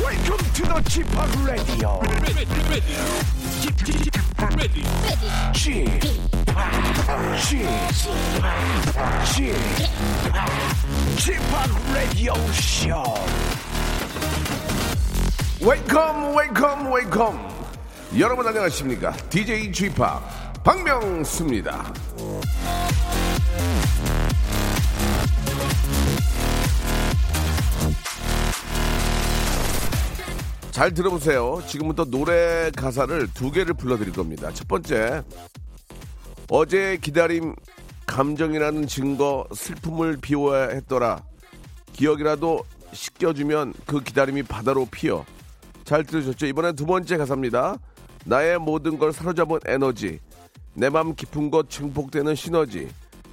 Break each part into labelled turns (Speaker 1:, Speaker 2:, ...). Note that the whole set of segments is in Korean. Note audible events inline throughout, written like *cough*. Speaker 1: Welcome to the g p o p Radio.
Speaker 2: ready, ready, ready, ready.
Speaker 1: g p o p G-POP, G-POP Radio Show.
Speaker 3: 웨이컴 웨이컴 웨이컴 여러분 안녕하십니까 DJ g p o 박명수입니다 잘 들어보세요 지금부터 노래 가사를 두 개를 불러드릴 겁니다 첫 번째 어제 기다림 감정이라는 증거 슬픔을 비워야 했더라 기억이라도 씻겨주면 그 기다림이 바다로 피어 잘 들으셨죠? 이번엔 두 번째 가사입니다. 나의 모든 걸 사로잡은 에너지, 내 맘 깊은 곳 증폭되는 시너지,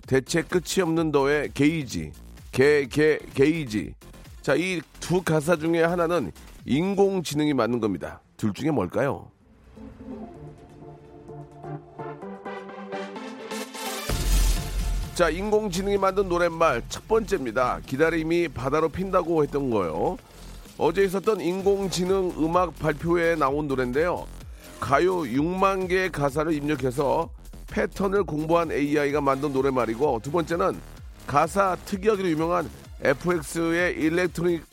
Speaker 3: 대체 끝이 없는 너의 게이지, 게, 게, 게이지. 자, 이 두 가사 중에 하나는 인공지능이 맞는 겁니다. 둘 중에 뭘까요? 자, 인공지능이 만든 노랫말 첫 번째입니다. 기다림이 바다로 핀다고 했던 거요. 어제 있었던 인공지능 음악 발표회에 나온 노래인데요. 가요 6만 개의 가사를 입력해서 패턴을 공부한 AI가 만든 노래말이고 두 번째는 가사 특이하기로 유명한 FX의 일렉트릭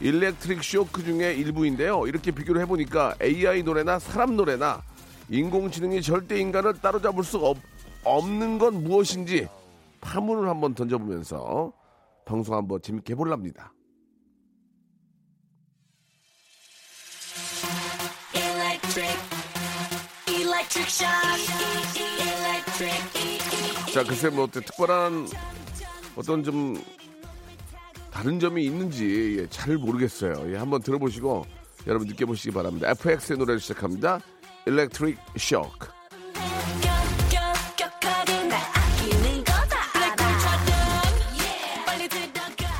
Speaker 3: 일렉트릭 쇼크 중에 일부인데요. 이렇게 비교를 해보니까 AI 노래나 사람 노래나 인공지능이 절대 인간을 따로잡을 수 없, 없는 건 무엇인지 파문을 한번 던져보면서 방송 한번 재밌게 해볼랍니다.
Speaker 4: Electric, electric shock. Electric,
Speaker 3: 자, 글쎄 뭐 어때 특별한 어떤 좀 다른 점이 있는지 예, 잘 모르겠어요. 예, 한번 들어보시고 여러분 느껴보시기 바랍니다. FX의 노래를 시작합니다. Electric Shock.
Speaker 4: 격격격격하게 날 아끼는 거다. 알아. 빨리 들어가.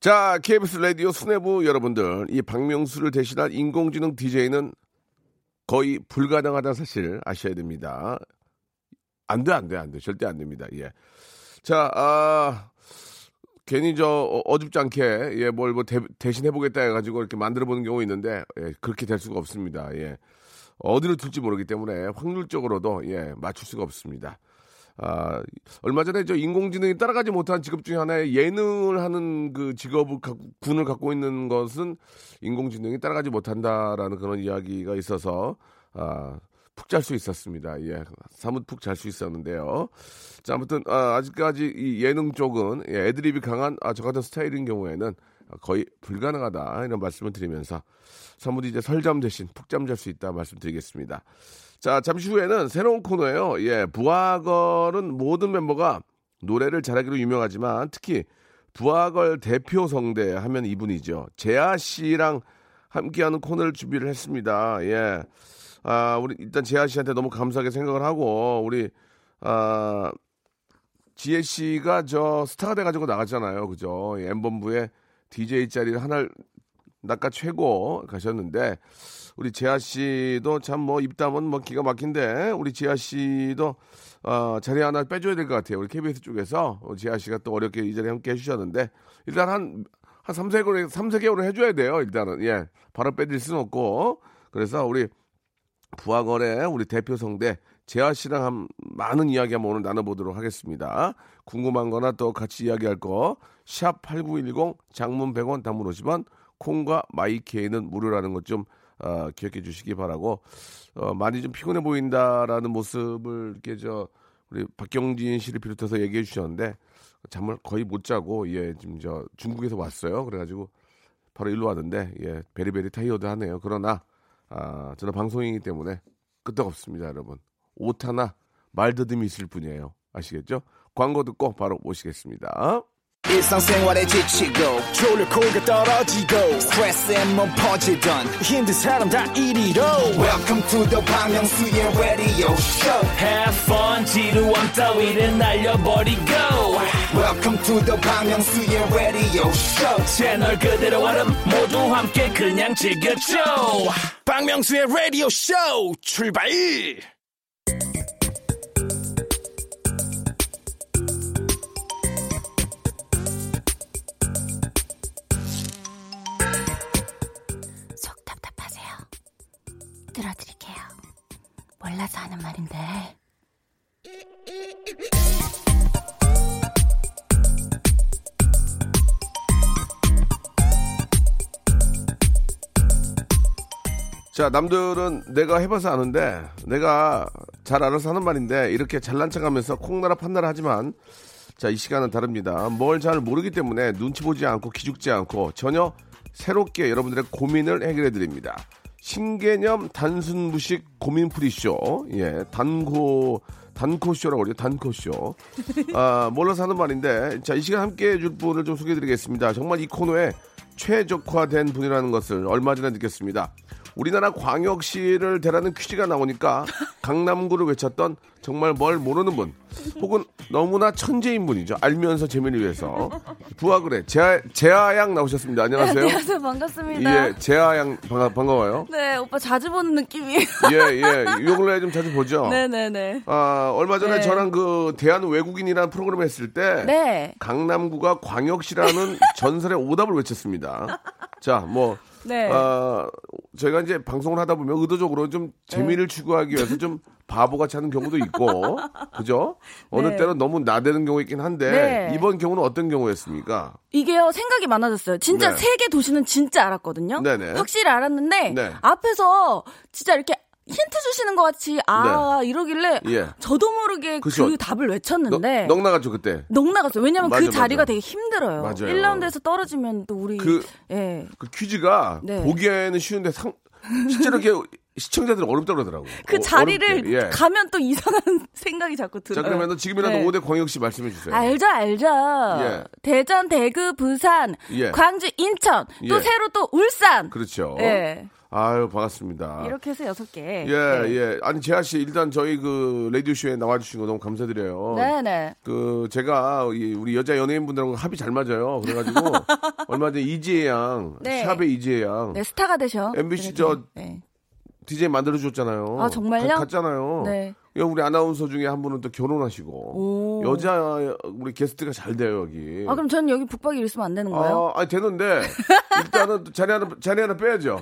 Speaker 3: 자, KBS 라디오 수뇌부 여러분들, 이 박명수를 대신한 인공지능 DJ는 거의 불가능하다는 사실 아셔야 됩니다. 안 돼, 안 돼, 안 돼. 절대 안 됩니다. 예. 자, 아, 괜히 저 어- 어줍지 않게, 예, 뭘 뭐 대신 해보겠다 해가지고 이렇게 만들어보는 경우 있는데, 예, 그렇게 될 수가 없습니다. 예. 어디로 둘지 모르기 때문에 확률적으로도, 예, 맞출 수가 없습니다. 아, 얼마 전에 저 인공지능이 따라가지 못한 직업 중에 하나의 예능을 하는 그 직업을 갖고, 군을 갖고 있는 것은 인공지능이 따라가지 못한다라는 그런 이야기가 있어서 아, 푹 잘 수 있었습니다. 예. 사뭇 푹 잘 수 있었는데요. 자, 아무튼 아, 직까지이 예능 쪽은 예, 애드립이 강한 아, 저 같은 스타일인 경우에는 거의 불가능하다 이런 말씀을 드리면서 사뭇 이제 설잠 대신 푹잠 잘 수 있다 말씀드리겠습니다. 자, 잠시 후에는 새로운 코너예요. 예, 부하걸은 모든 멤버가 노래를 잘하기로 유명하지만 특히 부하걸 대표 성대 하면 이분이죠. 재하 씨랑 함께하는 코너를 준비를 했습니다. 예. 아, 우리 일단 재하 씨한테 너무 감사하게 생각을 하고 우리 아 지혜 씨가 저 스타가 돼가지고 나갔잖아요. 그죠? 엠번부의 DJ 자리를 하나 낙가 최고 가셨는데 우리 재하 씨도 참 뭐 입담은 뭐 기가 막힌데 우리 재하 씨도 어, 자리 하나 빼줘야 될 것 같아요. 우리 KBS 쪽에서 어, 재하 씨가 또 어렵게 이 자리에 함께 해주셨는데 일단 한, 한 3, 4개월, 3, 4개월을 해줘야 돼요. 일단은. 예. 바로 빼드릴 수는 없고. 그래서 우리 부하거래 우리 대표 성대 재하 씨랑 한 많은 이야기 한번 오늘 나눠보도록 하겠습니다. 궁금한 거나 또 같이 이야기할 거, 샵8910 장문 100원 단문 50원, 콩과 마이케이는 무료라는 것 좀 어, 기억해 주시기 바라고, 어, 많이 좀 피곤해 보인다라는 모습을 이렇게 저, 우리 박경진 씨를 비롯해서 얘기해 주셨는데, 잠을 거의 못 자고, 예, 지금 저 중국에서 왔어요. 그래가지고 바로 일로 왔는데 예 베리베리 타이어드 하네요. 그러나 아 저는 방송이기 때문에 끄떡없습니다, 여러분. 옷 하나 말더듬이 있을 뿐이에요. 아시겠죠? 광고 듣고 바로 모시겠습니다.
Speaker 5: 일상생활에 지치고, 졸려 코가 떨어지고, 스트레스에 몸 퍼지던, 힘든 사람 다 이리로. welcome to the Bang Myung-soo's radio show
Speaker 6: Have fun 지루함 따위를 날려버리고
Speaker 5: welcome to the Bang Myung-soo's radio show
Speaker 6: 채널 그대로 와름 모두 함께 그냥 즐겨줘
Speaker 5: 박명수의 라디오 쇼 출발
Speaker 3: 자, 남들은 내가 해봐서 아는데, 내가 잘 알아서 하는 말인데, 이렇게 잘난 척 하면서 콩나라 판나라 하지만, 자, 이 시간은 다릅니다. 뭘 잘 모르기 때문에 눈치 보지 않고 기죽지 않고 전혀 새롭게 여러분들의 고민을 해결해 드립니다. 신개념 단순 무식 고민 프리쇼. 예, 단고, 단코쇼라고 그러죠. 단코쇼. 아, 몰라서 하는 말인데, 자, 이 시간 함께 해줄 분을 좀 소개해 드리겠습니다. 정말 이 코너에 최적화된 분이라는 것을 얼마 전에 느꼈습니다. 우리나라 광역시를 대라는 퀴즈가 *laughs* 나오니까 강남구를 외쳤던 정말 뭘 모르는 분 혹은 너무나 천재인 분이죠. 알면서 재미를 위해서 부하그래 재하, 재하양 나오셨습니다. 안녕하세요.
Speaker 7: 네, 안녕하세요. 반갑습니다.
Speaker 3: 예, 재하양 반가, 반가워요.
Speaker 7: 네, 오빠 자주 보는 느낌이에요.
Speaker 3: 예, 예. 요 근래 좀 자주 보죠.
Speaker 7: 네네네.
Speaker 3: 아, 얼마 전에
Speaker 7: 네.
Speaker 3: 저랑 그 대한 외국인이라는 프로그램 했을 때
Speaker 7: 네.
Speaker 3: 강남구가 광역시라는 전설의 오답을 외쳤습니다. 자, 뭐
Speaker 7: 네.
Speaker 3: 아, 저희가 이제 방송을 하다 보면 의도적으로 좀 재미를
Speaker 7: 네.
Speaker 3: 추구하기 위해서 좀 바보같이 하는 경우도
Speaker 7: *laughs*
Speaker 3: 있고, 그죠? 어느
Speaker 7: 네.
Speaker 3: 때는 너무 나대는 경우 있긴 한데
Speaker 7: 네.
Speaker 3: 이번 경우는 어떤 경우였습니까?
Speaker 7: 이게요, 생각이 많아졌어요. 진짜
Speaker 3: 네.
Speaker 7: 세 개 도시는 진짜 알았거든요.
Speaker 3: 네네.
Speaker 7: 확실히 알았는데,
Speaker 3: 네.
Speaker 7: 앞에서 진짜 이렇게 힌트 주시는 것 같이, 아, 이러길래,
Speaker 3: 예.
Speaker 7: 저도 모르게 그
Speaker 3: 그죠.
Speaker 7: 답을
Speaker 3: 넉-
Speaker 7: 외쳤는데, 넉,
Speaker 3: 넉나갔죠 그때.
Speaker 7: 나갔어요. 왜냐면
Speaker 3: 맞아,
Speaker 7: 그 자리가
Speaker 3: 맞아.
Speaker 7: 되게 힘들어요.
Speaker 3: 맞아요.
Speaker 7: 1라운드에서 떨어지면 또 우리,
Speaker 3: 그-
Speaker 7: 예.
Speaker 3: 그 퀴즈가
Speaker 7: 네.
Speaker 3: 보기에는 쉬운데 상, 실제로 이렇게 시청자들은 어렵다 그러더라고.
Speaker 7: 그
Speaker 3: 어-
Speaker 7: 자리를
Speaker 3: 어렵게, 예.
Speaker 7: 가면 또 이상한 *laughs* 생각이 자꾸 들어요.
Speaker 3: 자 그러면은 지금이라도
Speaker 7: 네.
Speaker 3: 오 5대 광역시 말씀해 주세요.
Speaker 7: 알죠, 알죠.
Speaker 3: 예.
Speaker 7: 대전, 대구, 부산,
Speaker 3: 예.
Speaker 7: 광주, 인천, 또
Speaker 3: 예.
Speaker 7: 새로 또 울산.
Speaker 3: 그렇죠.
Speaker 7: 예.
Speaker 3: 아유 반갑습니다.
Speaker 7: 이렇게 네. 해서 여섯 개.
Speaker 3: 예, 예. 아니, 재하 씨, 일단 저희 그 라디오쇼에 나와주신 거 너무 감사드려요.
Speaker 7: 네, 네.
Speaker 3: 그, 제가 이 우리 여자 연예인분들하고 합이 잘 맞아요.
Speaker 7: *laughs*
Speaker 3: 그래가지고, 얼마 전에 이지혜 양,
Speaker 7: 네.
Speaker 3: 샵의 이지혜 양,
Speaker 7: 네, 스타가 되셔.
Speaker 3: MBC
Speaker 7: 그래도.
Speaker 3: 저-
Speaker 7: 네.
Speaker 3: DJ 만들어줬잖아요.
Speaker 7: 아, 정말요?
Speaker 3: 가- 갔잖아요.
Speaker 7: 네.
Speaker 3: 예, 우리 아나운서 중에 한 분은 또 결혼하시고,
Speaker 7: 오.
Speaker 3: 여자, 우리 게스트가 잘 돼요, 여기.
Speaker 7: 아, 그럼 전 여기 북박이 일 있으면 안 되는 거예요?
Speaker 3: 아, 아니, 되는데, 일단은 또 자리 하나, 자리 하나
Speaker 7: *laughs*
Speaker 3: 빼야죠.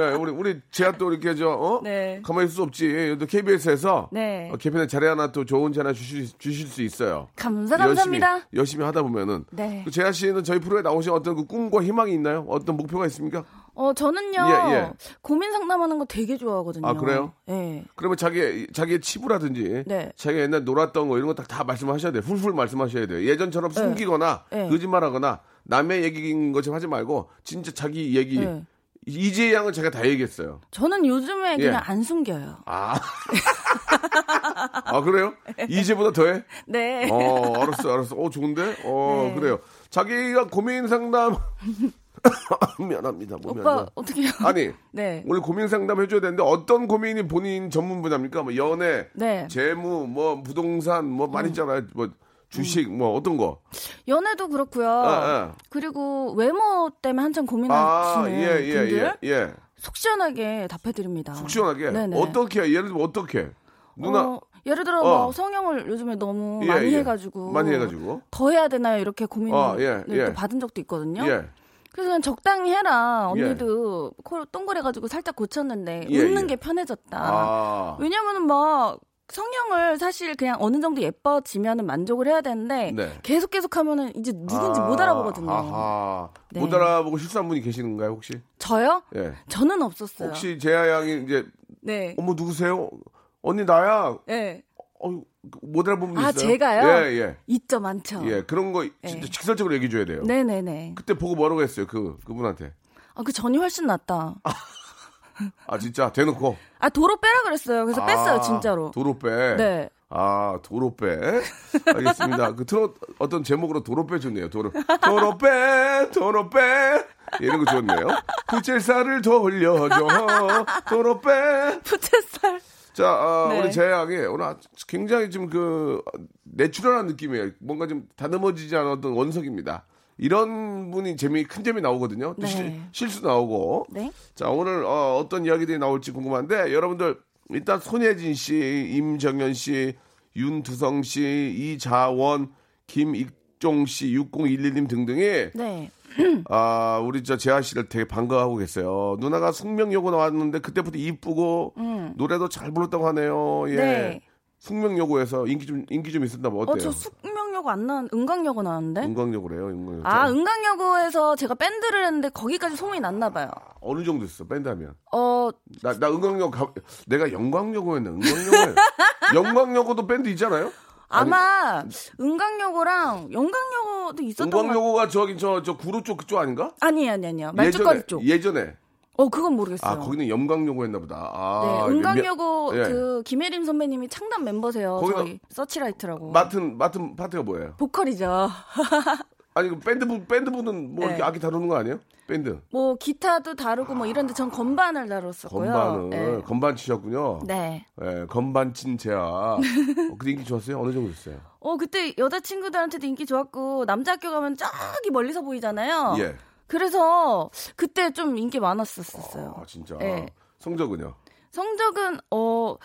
Speaker 3: 예, 우리, 우리 제가 또 이렇게 저, 어?
Speaker 7: 네.
Speaker 3: 가만히 있을 수 없지. 또 KBS에서,
Speaker 7: 네.
Speaker 3: 어, 개편에 자리 하나 또 좋은 자리 하나 주실, 주실 수 있어요.
Speaker 7: 감사, 네, 감사합니다.
Speaker 3: 열심히, 열심히 하다 보면은.
Speaker 7: 네.
Speaker 3: 그 재하 씨는 저희 프로에 나오신 어떤 그 꿈과 희망이 있나요? 어떤 목표가 있습니까?
Speaker 7: 어, 저는요.
Speaker 3: 예, 예.
Speaker 7: 고민 상담하는 거 되게 좋아하거든요.
Speaker 3: 아, 그래요?
Speaker 7: 예.
Speaker 3: 그러면 자기, 자기의 치부라든지.
Speaker 7: 네.
Speaker 3: 자기가 옛날 놀았던 거 이런 거 다 다 말씀하셔야 돼요. 훌훌 말씀하셔야 돼요. 예전처럼 숨기거나,
Speaker 7: 네.
Speaker 3: 거짓말하거나, 남의 얘기인 것처럼 하지 말고, 진짜 자기 얘기.
Speaker 7: 네.
Speaker 3: 이지혜 양은 제가 다 얘기했어요.
Speaker 7: 저는 요즘에
Speaker 3: 예.
Speaker 7: 그냥 안 숨겨요. *laughs*
Speaker 3: 아. 아, 그래요? 이제보다 더해?
Speaker 7: 네.
Speaker 3: 어, 알았어, 알았어. 어, 좋은데? 어,
Speaker 7: 네.
Speaker 3: 그래요. 자기가 고민 상담. *laughs* 미안합니다. 뭐
Speaker 7: 오빠,
Speaker 3: 미안해요.
Speaker 7: 어떻게 해요?
Speaker 3: 아니,
Speaker 7: *laughs* 네.
Speaker 3: 오늘 고민 상담 해줘야 되는데 어떤 고민이 본인 전문 분야입니까? 뭐 연애,
Speaker 7: 네. 음.
Speaker 3: 재무, 뭐 부동산, 뭐 많이 있잖아요. 뭐 주식, 뭐 어떤 거.
Speaker 7: 연애도 그렇고요.
Speaker 3: 아, 아.
Speaker 7: 그리고 외모 때문에 한참
Speaker 3: 아,
Speaker 7: 고민하시는
Speaker 3: 예, 예,
Speaker 7: 분들
Speaker 3: 예, 예.
Speaker 7: 속 시원하게 답해드립니다.
Speaker 3: 속 시원하게.
Speaker 7: 네네.
Speaker 3: 어떻게, 예를 들면 어떻게. 누나,
Speaker 7: 어, 예를 들어
Speaker 3: 어.
Speaker 7: 뭐 성형을 요즘에 너무
Speaker 3: 예,
Speaker 7: 많이
Speaker 3: 예.
Speaker 7: 해가지고
Speaker 3: 많이 해가지고.
Speaker 7: 더 해야 되나요 이렇게 고민을 네,
Speaker 3: 어, 예, 예.
Speaker 7: 또 받은 적도 있거든요.
Speaker 3: 예.
Speaker 7: 그래서 그냥 적당히 해라 언니도 코 동그래가지고 살짝 고쳤는데
Speaker 3: 예,
Speaker 7: 웃는
Speaker 3: 예.
Speaker 7: 게 편해졌다.
Speaker 3: 아.
Speaker 7: 왜냐면은 막 성형을 사실 그냥 어느 정도 예뻐지면은 만족을 해야 되는데
Speaker 3: 네.
Speaker 7: 계속 계속 하면은 이제 누군지
Speaker 3: 아,
Speaker 7: 못 알아보거든요.
Speaker 3: 아하.
Speaker 7: 네.
Speaker 3: 못 알아보고 실수한 분이 계시는가요, 혹시?
Speaker 7: 저요?
Speaker 3: 예.
Speaker 7: 저는 없었어요.
Speaker 3: 혹시 재하 양이 이제
Speaker 7: 네.
Speaker 3: 어머 누구세요? 언니 나야.
Speaker 7: 예.
Speaker 3: 어, 못 알아본 분
Speaker 7: 아,
Speaker 3: 있어요?
Speaker 7: 제가요?
Speaker 3: 예, 예.
Speaker 7: 있죠 많죠.
Speaker 3: 예, 그런 거 진짜
Speaker 7: 어. 예.
Speaker 3: 직설적으로 얘기해 줘야 돼요.
Speaker 7: 네네네.
Speaker 3: 그때 보고 뭐라고 했어요? 그 그분한테.
Speaker 7: 아 그 전이 훨씬 낫다.
Speaker 3: 아, 진짜 대놓고.
Speaker 7: 아 도로 빼라 그랬어요. 그래서
Speaker 3: 아,
Speaker 7: 뺐어요 진짜로.
Speaker 3: 도로 빼.
Speaker 7: 네.
Speaker 3: 아, 도로 빼. 알겠습니다. 그 트롯 어떤 제목으로 도로 빼 좋네요. 도로 도로 빼, 도로 빼. 이런 거 좋네요. 부채살을 돌려줘. 도로 빼.
Speaker 7: 부채살.
Speaker 3: 자, 아,
Speaker 7: 네.
Speaker 3: 우리 재양이 오늘 아- 굉장히 좀 그 내추럴한 느낌이에요. 뭔가 좀 다듬어지지 않았던 원석입니다. 이런 분이 재미 큰 재미 나오거든요. 또
Speaker 7: 네.
Speaker 3: 실, 수 나오고.
Speaker 7: 네.
Speaker 3: 자, 오늘 어, 떤 이야기들이 나올지 궁금한데 여러분들 일단 손예진 씨, 임정현 씨, 윤두성 씨, 이자원, 김익종 씨, 6011님 등등이
Speaker 7: 네.
Speaker 3: 아, 우리 저 재하 씨를 되게 반가워하고 계세요. 누나가 숙명여고 나왔는데 그때부터 이쁘고 노래도 잘 불렀다고 하네요. 예.
Speaker 7: 음. 네.
Speaker 3: 숙명여고에서 인기 좀 인기 좀 있었나 봐. 어때요? 음,
Speaker 7: 어저 숙명 서울여고 안 나왔, 은광여고 나왔는데?
Speaker 3: 은광역으로 해요. 은광역.
Speaker 7: 아, 은광여고에서 제가 밴드를 했는데 거기까지 소문이 났나 봐요.
Speaker 3: 어느 정도 있어 밴드 하면.
Speaker 7: 어,
Speaker 3: 나, 나 은광역 가, 내가 영광여고였나?
Speaker 7: *laughs*
Speaker 3: 은광여고. 영광여고도 밴드 있잖아요?
Speaker 7: 아마 은광여고랑 영광여고도 있었던 것 같아요.
Speaker 3: 은광여고가 저기, 저, 저 구로 쪽 그쪽 아닌가?
Speaker 7: 아니, 아니, 아니요. 말죽거리
Speaker 3: 예전에,
Speaker 7: 쪽.
Speaker 3: 예전에.
Speaker 7: 어, 그건 모르겠어요.
Speaker 3: 아, 거기는 영광여고였나 보다. 아,
Speaker 7: 네, 은광여고
Speaker 3: 예.
Speaker 7: 그 김혜림 선배님이 창단 멤버세요.
Speaker 3: 거기서-
Speaker 7: 저희 서치라이트라고.
Speaker 3: 맡은, 맡은 파트가 뭐예요?
Speaker 7: 보컬이죠.
Speaker 3: 아니, 그 밴드부, 밴드부는 뭐
Speaker 7: 네.
Speaker 3: 이렇게 악기 다루는 거 아니에요? 밴드.
Speaker 7: 뭐 기타도 다루고 뭐 이런데 전 건반을 다뤘었고요.
Speaker 3: 아. 건반을.
Speaker 7: 네.
Speaker 3: 건반 치셨군요.
Speaker 7: 네.
Speaker 3: 예, 건반 친 제아. 어, 그 인기 좋았어요? 어느 정도 있어요?
Speaker 7: 어 그때 여자 친구들한테도 인기 좋았고 남자 학교 가면 저기 멀리서 보이잖아요.
Speaker 3: 예.
Speaker 7: 그래서 그때 좀 인기 많았었어요.
Speaker 3: 아, 진짜.
Speaker 7: 네.
Speaker 3: 성적은요?
Speaker 7: 성적은 어,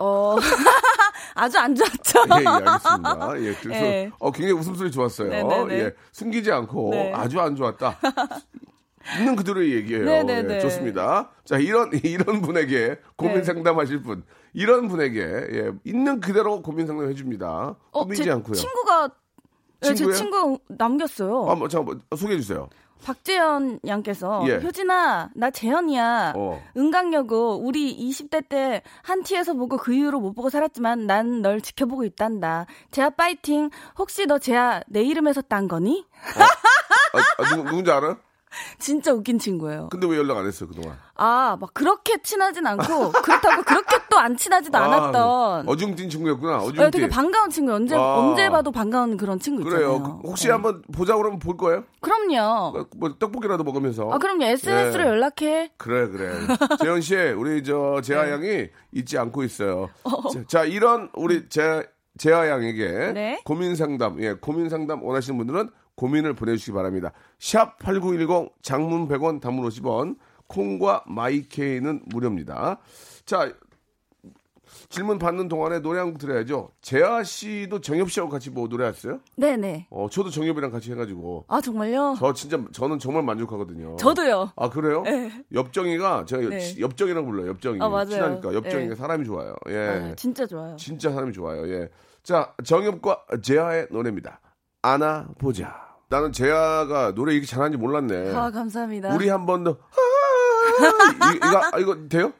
Speaker 7: 어저어 *laughs* 아주 안 좋았죠.
Speaker 3: 예, 예, 알겠습니다. 예, 그래서
Speaker 7: 예.
Speaker 3: 어, 굉장히 웃음소리 좋았어요.
Speaker 7: 네, 네, 네.
Speaker 3: 예, 숨기지 않고
Speaker 7: 네.
Speaker 3: 아주 안 좋았다. 있는 그대로 얘기해요.
Speaker 7: 네, 네,
Speaker 3: 예,
Speaker 7: 네.
Speaker 3: 좋습니다. 자, 이런 이런 분에게 고민
Speaker 7: 네.
Speaker 3: 상담하실 분, 이런 분에게 예, 있는 그대로 고민 상담해 줍니다.
Speaker 7: 어,
Speaker 3: 꾸미지
Speaker 7: 제
Speaker 3: 않고요.
Speaker 7: 친구가 네, 제
Speaker 3: 친구예요?
Speaker 7: 친구가 남겼어요.
Speaker 3: 아, 뭐, 잠깐 소개해 주세요.
Speaker 7: 박재현 양께서
Speaker 3: 예.
Speaker 7: 효진아 나 재현이야
Speaker 3: 어.
Speaker 7: 은강여고 우리 20대 때 한 티에서 보고 그 이후로 못 보고 살았지만 난 널 지켜보고 있단다 재하 파이팅 혹시 너 재하 내 이름에서 딴 거니?
Speaker 3: 아, 아, 누, 누군지 알아?
Speaker 7: 진짜 웃긴 친구예요
Speaker 3: 근데 왜 연락 안 했어요 그동안?
Speaker 7: 아 막 그렇게 친하진
Speaker 3: *laughs*
Speaker 7: 않고 그렇다고 그렇게 또 안 친하지도
Speaker 3: 아,
Speaker 7: 않았던
Speaker 3: 어중뛴 친구였구나. 어중뛴.
Speaker 7: 네, 되게 반가운 친구 언제
Speaker 3: 아.
Speaker 7: 언제 봐도 반가운 그런 친구
Speaker 3: 그래요.
Speaker 7: 있잖아요
Speaker 3: 그- 혹시
Speaker 7: 네.
Speaker 3: 한번 보자 그러면 볼 거예요?
Speaker 7: 그럼요
Speaker 3: 뭐, 뭐 떡볶이라도 먹으면서.
Speaker 7: 아 그럼요 SNS로
Speaker 3: 예.
Speaker 7: 연락해
Speaker 3: 그래
Speaker 7: *laughs*
Speaker 3: 그래 재현 씨 우리 저 재하
Speaker 7: 네.
Speaker 3: 양이 잊지 않고 있어요. 자, 자, 이런 우리 재 재하 양에게
Speaker 7: 음. 네.
Speaker 3: 고민 상담 예 고민 상담 원하시는 분들은 고민을 보내주시기 바랍니다. 샵 #8910 장문 100원 단문 50원 콩과 마이케이는 무료입니다. 자 질문 받는 동안에 노래 한 곡 들어야죠. 재하 씨도 정엽 씨하고 같이 뭐 노래했어요?
Speaker 7: 네네
Speaker 3: 어 저도 정엽이랑 같이 해가지고
Speaker 7: 아 정말요
Speaker 3: 저 진짜 저는 정말 만족하거든요.
Speaker 7: 저도요
Speaker 3: 아 그래요? 옆정이가 제가 여-
Speaker 7: 네.
Speaker 3: 옆정이라고 불러요. 옆정이
Speaker 7: 아, 맞아요.
Speaker 3: 친하니까 옆정이가
Speaker 7: 네.
Speaker 3: 사람이 좋아요. 예,
Speaker 7: 맞아요. 진짜 좋아요.
Speaker 3: 진짜 사람이 좋아요. 예, 자 정엽과 재하의 노래입니다. 안아 보자. 나는 재하가 노래 이렇게 잘하는지 몰랐네.
Speaker 7: 아 감사합니다.
Speaker 3: 우리 한 번 더. 아, 이- 이거 아, 이거 돼요?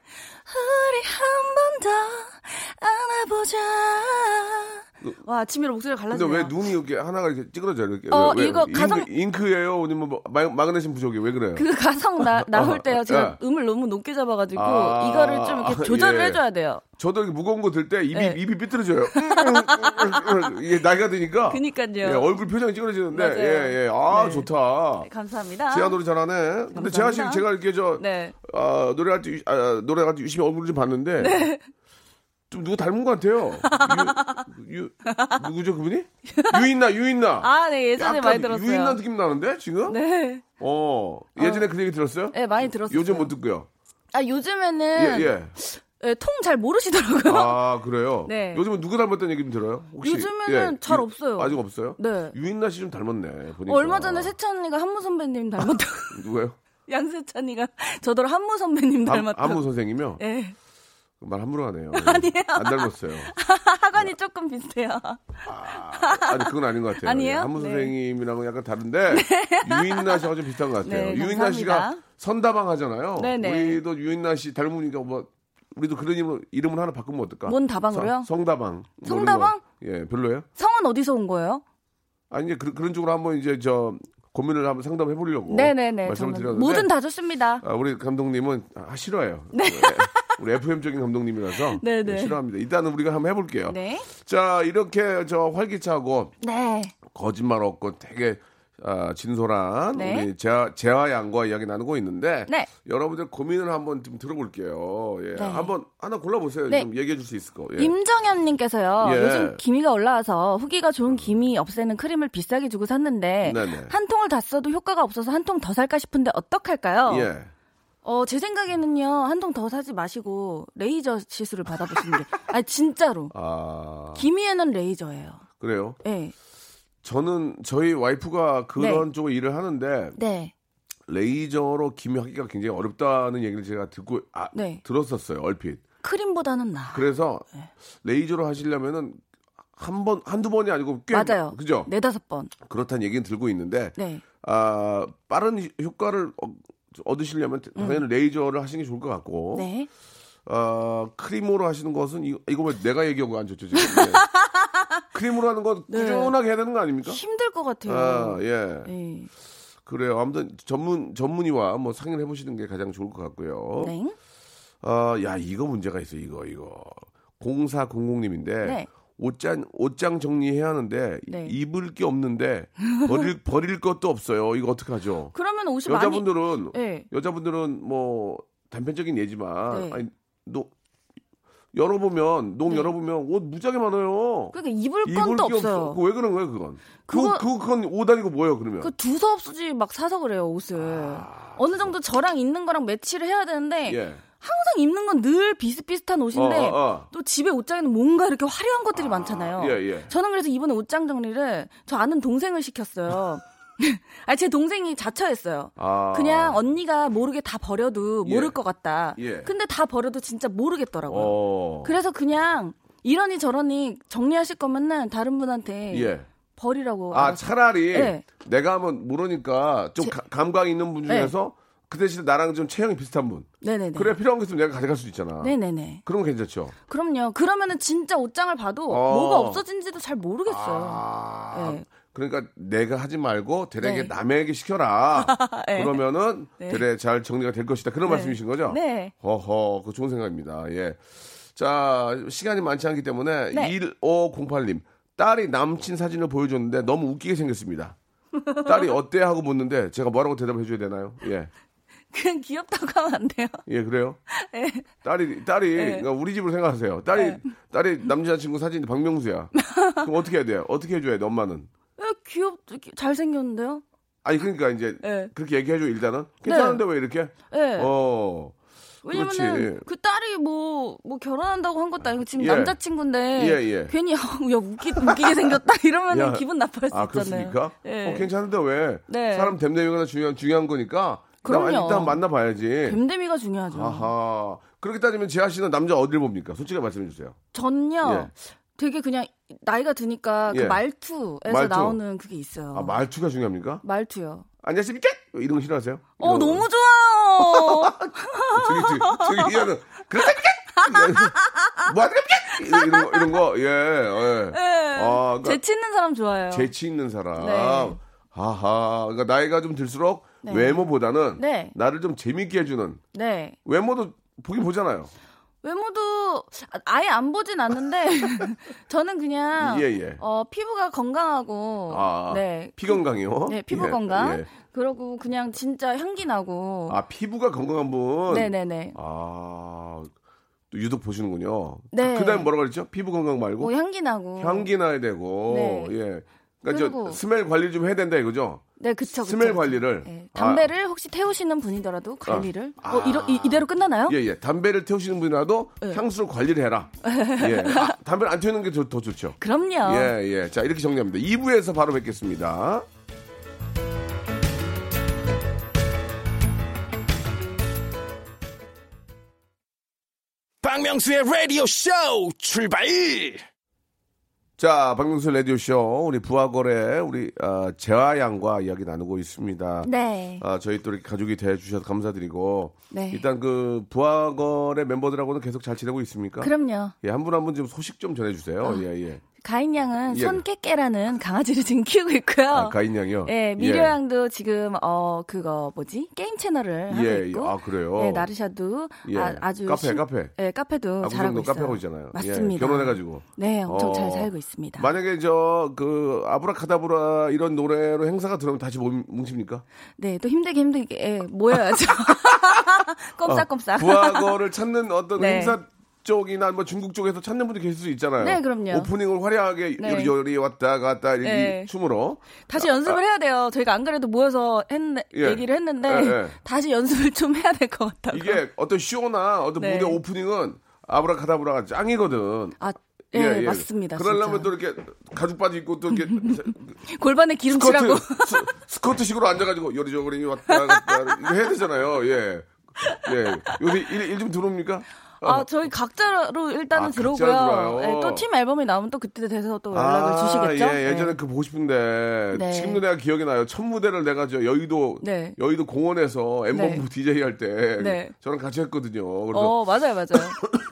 Speaker 7: 한번 더 안아보자. 와 아침이라 목소리가
Speaker 3: 그 근데
Speaker 7: 갈라지네요.
Speaker 3: 왜 눈이 이렇게 하나가 이렇게 찌그러져 이렇게?
Speaker 7: 어,
Speaker 3: 왜, 왜?
Speaker 7: 이거
Speaker 3: 잉크,
Speaker 7: 가성-
Speaker 3: 잉크예요? 아니면 뭐 마, 마그네슘 부족이 왜 그래요?
Speaker 7: 그 가성
Speaker 3: *laughs*
Speaker 7: 나, 나올 때요. 제가
Speaker 3: 어, 예.
Speaker 7: 음을 너무 높게 잡아가지고
Speaker 3: 아,
Speaker 7: 이거를 좀 이렇게 조절을
Speaker 3: 예.
Speaker 7: 해줘야 돼요.
Speaker 3: 저도 이렇게 무거운 거 들 때 입이
Speaker 7: 네.
Speaker 3: 입이 삐뚤어져요. *laughs* 이게 나이가 드니까.
Speaker 7: 그니까요.
Speaker 3: 예, 얼굴 표정이 찌그러지는데
Speaker 7: 맞아요.
Speaker 3: 예, 예. 아,
Speaker 7: 네.
Speaker 3: 좋다.
Speaker 7: 감사합니다.
Speaker 3: 재하 노래 잘하네. 근데
Speaker 7: 감사합니다.
Speaker 3: 재하 씨 제가 이렇게 저
Speaker 7: 네.
Speaker 3: 아, 노래할 때 유- 아, 노래할 때 유심히 얼굴을 좀 봤는데
Speaker 7: 네.
Speaker 3: 좀 누구 닮은 것 같아요. 유, 유- 누구죠 그분이? 유인나 유인나.
Speaker 7: 아, 네 예전에
Speaker 3: 약간
Speaker 7: 많이 들었어요.
Speaker 3: 유인나 느낌 나는데 지금?
Speaker 7: 네.
Speaker 3: 어 예전에 그 얘기 들었어요?
Speaker 7: 네 많이 들었어요.
Speaker 3: 요즘 못 듣고요.
Speaker 7: 아 요즘에는 네,
Speaker 3: 예 예.
Speaker 7: 통 잘 *laughs* 모르시더라고요.
Speaker 3: 아 그래요.
Speaker 7: 네.
Speaker 3: 요즘은 누구 닮았다는 얘기 좀 들어요? 혹시? 예.
Speaker 7: 요즘에는 잘
Speaker 3: 유-
Speaker 7: 없어요.
Speaker 3: 아직 없어요?
Speaker 7: 네.
Speaker 3: 유인나 씨 좀 닮았네. 보니까.
Speaker 7: 얼마 전에 세찬 언니가 한무 선배님 닮았다고 *laughs*
Speaker 3: 누구예요?
Speaker 7: 양세찬이가 저더러 한무 선배님
Speaker 3: 닮
Speaker 7: 닮았다고
Speaker 3: 한무 선생님이요.
Speaker 7: 예.
Speaker 3: 말 함부로
Speaker 7: *laughs*
Speaker 3: 하네요. 아니에요. 안 닮았어요.
Speaker 7: 하관이 조금 비슷해요.
Speaker 3: 아니 그건 아닌 것 같아요.
Speaker 7: 아니에요?
Speaker 3: 예, 한무
Speaker 7: 네.
Speaker 3: 선생님이랑은 약간
Speaker 7: *laughs*
Speaker 3: 다른데 유인나 씨하고 좀 비슷한 것 같아요.
Speaker 7: 네,
Speaker 3: 유인나 씨가
Speaker 7: 감사합니다.
Speaker 3: 선다방 하잖아요.
Speaker 7: 네, 네.
Speaker 3: 우리도 유인나 씨 닮으니까 뭐 우리도 그런 이름, 이름을 하나 바꾸면 어떨까?
Speaker 7: 뭔 다방으로요?
Speaker 3: 성- 성다방. 뭐 이런
Speaker 7: 성다방?
Speaker 3: 거. 예, 별로예요?
Speaker 7: 성은 어디서 온 거예요?
Speaker 3: 아니 이제 그, 그런 쪽으로 한번 이제 저 고민을 한번 상담해 보려고
Speaker 7: 네네네.
Speaker 3: 어, 말씀을 드렸는데
Speaker 7: 뭐든 다 좋습니다.
Speaker 3: 아, 우리 감독님은 아, 싫어해요. 우리 FM적인 감독님이라서
Speaker 7: *laughs* 네, 네.
Speaker 3: 예, 싫어합니다. 일단은 우리가 한번 해볼게요.
Speaker 7: 네.
Speaker 3: 자 이렇게 저 활기차고
Speaker 7: 네.
Speaker 3: 거짓말 없고 되게 아, 진솔한
Speaker 7: 네.
Speaker 3: 우리 재하, 재하 양과 이야기 나누고 있는데
Speaker 7: 네.
Speaker 3: 여러분들 고민을 한번 좀 들어볼게요. 예.
Speaker 7: 네.
Speaker 3: 한번 하나 골라보세요.
Speaker 7: 네.
Speaker 3: 좀 얘기해 줄 수 있을 거. 예.
Speaker 7: 임정현님께서요.
Speaker 3: 예.
Speaker 7: 요즘 기미가 올라와서 후기가 좋은 기미 없애는 크림을 비싸게 주고 샀는데
Speaker 3: 네네.
Speaker 7: 한 통을 다 써도 효과가 없어서 한 통 더 살까 싶은데 어떡할까요?
Speaker 3: 예.
Speaker 7: 어, 제 생각에는요. 한 통 더 사지 마시고 레이저 시술을
Speaker 3: *laughs*
Speaker 7: 받아보시는 게 아니 진짜로
Speaker 3: 아
Speaker 7: 기미에는 레이저예요.
Speaker 3: 그래요.
Speaker 7: 네.
Speaker 3: 저는 저희 와이프가 그런 쪽으로 일을 하는데
Speaker 7: 네.
Speaker 3: 레이저로 기미하기가 굉장히 어렵다는 얘기를 제가 듣고 아,
Speaker 7: 네.
Speaker 3: 들었었어요 얼핏.
Speaker 7: 크림보다는 나.
Speaker 3: 그래서 레이저로 하시려면은 한 번, 한두 번이 아니고 꽤.
Speaker 7: 맞아요.
Speaker 3: 그죠?
Speaker 7: 네 다섯 번.
Speaker 3: 그렇다는 얘기는 들고 있는데.
Speaker 7: 네.
Speaker 3: 아, 빠른 효과를 얻- 얻으시려면 당연히 레이저를 하시는 게 좋을 것 같고.
Speaker 7: 음. 네.
Speaker 3: 아, 크림으로 하시는 것은 이, 이거 왜 내가 얘기한 거안 좋죠,
Speaker 7: *laughs*
Speaker 3: 지금. 예. 크림으로 하는 건
Speaker 7: 네.
Speaker 3: 꾸준하게 해야 되는 거 아닙니까?
Speaker 7: 힘들 것 같아요.
Speaker 3: 아, 예.
Speaker 7: 네.
Speaker 3: 그래요. 아무튼 전문 전문의와 뭐 상의를 해 보시는 게 가장 좋을 것 같고요.
Speaker 7: 네.
Speaker 3: 아, 야, 이거 문제가 있어. 이거 이거. 0400님인데
Speaker 7: 네.
Speaker 3: 옷장 옷장 정리해야 하는데
Speaker 7: 네.
Speaker 3: 입을 게 없는데
Speaker 7: *laughs*
Speaker 3: 버릴 버릴 것도 없어요. 이거 어떡하죠?
Speaker 7: 그러면 옷이 그렇죠. 많이
Speaker 3: 여자분들은
Speaker 7: 네.
Speaker 3: 여자분들은 뭐 단편적인 예지만
Speaker 7: 네.
Speaker 3: 아니 노 열어보면 농
Speaker 7: 네.
Speaker 3: 열어보면 옷 무지하게 많아요.
Speaker 7: 그러니까 입을 건도
Speaker 3: 게
Speaker 7: 없어요.
Speaker 3: 그거 왜 그런 거예요 그건? 그거
Speaker 7: 그거-
Speaker 3: 그거 그건 오다니고 뭐예요 그러면?
Speaker 7: 그 두서 없이 막 사서 그래요 옷을. 어느 정도 저랑 있는 거랑 매치를 해야 되는데
Speaker 3: 예.
Speaker 7: 항상 입는 건 늘 비슷비슷한 옷인데
Speaker 3: 어, 어, 어.
Speaker 7: 또 집에 옷장에는 뭔가 이렇게 화려한 것들이 많잖아요.
Speaker 3: 예, 예.
Speaker 7: 저는 그래서 이번에 옷장 정리를 저 아는 동생을 시켰어요. *laughs* 아, 제 동생이 자처했어요.
Speaker 3: 아.
Speaker 7: 그냥 언니가 모르게 다 버려도
Speaker 3: 예.
Speaker 7: 모를 것 같다.
Speaker 3: 예.
Speaker 7: 근데 다 버려도 진짜 모르겠더라고요.
Speaker 3: 어.
Speaker 7: 그래서 그냥 이러니 저러니 정리하실 거면은 다른 분한테
Speaker 3: 예.
Speaker 7: 버리라고.
Speaker 3: 아
Speaker 7: 뭐 알았어요.
Speaker 3: 차라리
Speaker 7: 네.
Speaker 3: 내가 한번 모르니까 좀
Speaker 7: 제- 예.
Speaker 3: 가- 감각 있는 분 중에서 그 대신 에 나랑 좀 체형이 비슷한 분.
Speaker 7: 네네네.
Speaker 3: 그래 필요한 게 있으면 내가 가져갈 수 있잖아.
Speaker 7: 예. 네네네.
Speaker 3: 그럼 괜찮죠.
Speaker 7: 그럼요. 그러면은 진짜 옷장을 봐도
Speaker 3: 어.
Speaker 7: 뭐가 없어진지도 잘 모르겠어요.
Speaker 3: 아,
Speaker 7: 네.
Speaker 3: 그러니까 내가 하지 말고 대략에
Speaker 7: 네.
Speaker 3: 남에게
Speaker 7: *laughs*
Speaker 3: 시켜라.
Speaker 7: 네.
Speaker 3: 그러면은
Speaker 7: 네.
Speaker 3: 대략 잘 정리가 될 것이다. 그런 말씀이신 거죠?
Speaker 7: 네. *laughs*
Speaker 3: 허허, 그 좋은 생각입니다. 예. 자, 시간이 많지 않기 때문에
Speaker 7: 네.
Speaker 3: 1508님 딸이 남친 사진을 보여줬는데 너무 웃기게 생겼습니다. 딸이 어때 하고 묻는데 제가 뭐라고 대답해 줘야 되나요? 예.
Speaker 7: 그냥 귀엽다고 하면 안 돼요.
Speaker 3: 예, 그래요?
Speaker 7: 네.
Speaker 3: 딸이 딸이 그러니까 우리 집으로 생각하세요. 딸이 딸이 남자친구 사진 박명수야. 그럼 어떻게 해야 돼요? 어떻게 해줘야 돼? 엄마는?
Speaker 7: 에, 귀엽, 잘생겼는데요?
Speaker 3: 아니 그러니까 이제
Speaker 7: 네.
Speaker 3: 그렇게 얘기해줘 일단은 괜찮은데 왜 이렇게?
Speaker 7: 예.
Speaker 3: 어.
Speaker 7: 왜냐면은
Speaker 3: 그렇지.
Speaker 7: 그 딸이 뭐, 뭐 결혼한다고 한 것도 아니고 지금
Speaker 3: 예.
Speaker 7: 남자친구인데
Speaker 3: 예, 예.
Speaker 7: 괜히 어, 야, 웃기, 웃기게 생겼다 이러면은
Speaker 3: 야.
Speaker 7: 기분 나빠할 수
Speaker 3: 아
Speaker 7: 있잖아요.
Speaker 3: 그렇습니까?
Speaker 7: 예.
Speaker 3: 어, 괜찮은데 왜?
Speaker 7: 네.
Speaker 3: 사람 됨됨이가 중요한 중요한 거니까.
Speaker 7: 그럼요.
Speaker 3: 일단, 일단 만나봐야지.
Speaker 7: 댐댐이가 중요하죠.
Speaker 3: 아하. 그렇게 따지면 재하 씨는 남자 어딜 봅니까? 솔직히 말씀해 주세요.
Speaker 7: 전요 되게 그냥 나이가 드니까 그
Speaker 3: 예.
Speaker 7: 말투에서
Speaker 3: 말투.
Speaker 7: 나오는 그게 있어요.
Speaker 3: 아 말투가 중요합니까?
Speaker 7: 말투요.
Speaker 3: 안녕하십니까? 뭐 이런 거 싫어하세요?
Speaker 7: 어,
Speaker 3: 이런 거.
Speaker 7: 너무 좋아요.
Speaker 3: *laughs* 저기 저기 저기 이거는 그렇답니까? 뭐합니까? *laughs* 이런 거 이런 거 예. 예.
Speaker 7: 예.
Speaker 3: 아, 그러니까
Speaker 7: 재치 있는 사람 좋아해요.
Speaker 3: 재치 있는 사람.
Speaker 7: 네.
Speaker 3: 아하. 그러니까 나이가 좀 들수록
Speaker 7: 네.
Speaker 3: 외모보다는
Speaker 7: 네.
Speaker 3: 나를 좀 재밌게 해주는
Speaker 7: 네.
Speaker 3: 외모도 보긴 보잖아요.
Speaker 7: 외모도 아- 아예 안 보진 않는데 *laughs* 저는 그냥
Speaker 3: 예, 예.
Speaker 7: 어, 피부가 건강하고
Speaker 3: 아,
Speaker 7: 네.
Speaker 3: 피 건강이요.
Speaker 7: 네, 피부
Speaker 3: 예,
Speaker 7: 건강.
Speaker 3: 예.
Speaker 7: 그러고 그냥 진짜 향기 나고.
Speaker 3: 아 피부가 건강한 분.
Speaker 7: 네, 네, 네.
Speaker 3: 아. 또 유독 보시는군요.
Speaker 7: 네.
Speaker 3: 그 다음에 뭐라고 그랬죠? 피부 건강 말고
Speaker 7: 뭐 향기 나고.
Speaker 3: 향기 나야 되고
Speaker 7: 네.
Speaker 3: 예. 그러니까
Speaker 7: 그리고-
Speaker 3: 저 스멜 관리 좀 해야 된다 이거죠.
Speaker 7: 네, 그쵸, 그쵸.
Speaker 3: 스멜
Speaker 7: 그쵸.
Speaker 3: 관리를.
Speaker 7: 네,
Speaker 3: 아,
Speaker 7: 담배를 혹시 태우시는 분이더라도 관리를. 어, 이러, 이, 이대로 끝나나요?
Speaker 3: 예, 예. 담배를 태우시는 분이라도
Speaker 7: 예.
Speaker 3: 향수를 관리를
Speaker 7: *laughs*
Speaker 3: 해라. 예. 아, 담배를 안 태우는 게 더 좋죠.
Speaker 7: 그럼요.
Speaker 3: 예, 예. 자, 이렇게 정리합니다. 2부에서 바로 뵙겠습니다.
Speaker 1: 박명수의 라디오 쇼
Speaker 5: Oh,
Speaker 1: 출발
Speaker 3: 자, 박명수 라디오쇼, 우리 부하거래, 우리, 어, 재화양과 이야기 나누고 있습니다.
Speaker 7: 네.
Speaker 3: 아, 저희 또 이렇게 가족이 돼주셔서 감사드리고.
Speaker 7: 네.
Speaker 3: 일단 그, 부하거래 멤버들하고는 계속 잘 지내고 있습니까?
Speaker 7: 그럼요. 아.
Speaker 3: 예, 한 분 한 분 좀 소식 좀 전해주세요. 예, 예.
Speaker 7: 가인 양은
Speaker 3: 예.
Speaker 7: 손깨깨라는 강아지를 *laughs* 지금 키우고 있고요.
Speaker 3: 아, 가인 양이요?
Speaker 7: 어. 예, 미려 양도 지금 어 그거 뭐지 게임 채널을 하고
Speaker 3: 예,
Speaker 7: 있고,
Speaker 3: 예. 아, 그래요?
Speaker 7: 네, 나르샤도
Speaker 3: 예.
Speaker 7: 아, 주
Speaker 3: 카페, 카페.
Speaker 7: 예, 카페도
Speaker 3: 아, 구성동
Speaker 7: 잘하고 있어요.
Speaker 3: 카페하고 있잖아요.
Speaker 7: 맞습니다.
Speaker 3: 예, 결혼해가지고.
Speaker 7: 네, 엄청
Speaker 3: 어.
Speaker 7: 잘 살고 있습니다.
Speaker 3: 만약에 저 그 아브라카다브라 이런 노래로 행사가 들어오면 다시 모- 뭉칩니까?
Speaker 7: 네, 또 힘들게 힘들게 예,
Speaker 3: *laughs*
Speaker 7: 모여야죠. *laughs* 꼼짝꼼짝.
Speaker 3: 아, 어, 부하거를 찾는 어떤
Speaker 7: *laughs* 네.
Speaker 3: 행사 쪽이나 뭐 중국 쪽에서 찾는 분들 계실 수 있잖아요.
Speaker 7: 네, 그럼요.
Speaker 3: 오프닝을 화려하게
Speaker 7: 네.
Speaker 3: 요리조리 왔다 갔다 이렇게
Speaker 7: 네.
Speaker 3: 춤으로.
Speaker 7: 다시 연습을 해야 돼요. 저희가 안 그래도 모여서 했네,
Speaker 3: 예.
Speaker 7: 얘기를 했는데
Speaker 3: 예, 예.
Speaker 7: *laughs* 다시 연습을 좀 해야 될 것 같다고.
Speaker 3: 이게 어떤 쇼나 어떤
Speaker 7: 네.
Speaker 3: 무대 오프닝은 아브라카다브라가 짱이거든.
Speaker 7: 아, 예, 맞습니다.
Speaker 3: 그러려면
Speaker 7: 진짜.
Speaker 3: 또 이렇게 가죽 바지 입고 또
Speaker 7: *laughs*
Speaker 3: 이렇게
Speaker 7: 골반에 기름 칠하고.
Speaker 3: 스, 스커트식으로 앉아가지고 요리조리 왔다 갔다 이거 해야 되잖아요. 예. 예. 요새 일 좀 들어옵니까?
Speaker 7: 아, 저희 각자로 일단은
Speaker 3: 아, 각자로 들어와요.
Speaker 7: 들어오고요. 예, 또 팀 앨범이 나오면 또 그때 돼서 또 연락을 주시겠죠?
Speaker 3: 예, 예전에
Speaker 7: 네.
Speaker 3: 그 보고 싶은데
Speaker 7: 네.
Speaker 3: 지금도 내가 기억이 나요. 첫 무대를 내가 저 여의도
Speaker 7: 네.
Speaker 3: 여의도 공원에서 엠본부
Speaker 7: 네.
Speaker 3: DJ 할 때
Speaker 7: 네.
Speaker 3: 저랑 같이 했거든요. 그래서
Speaker 7: 어, 맞아요,
Speaker 3: *laughs*
Speaker 7: 맞아요.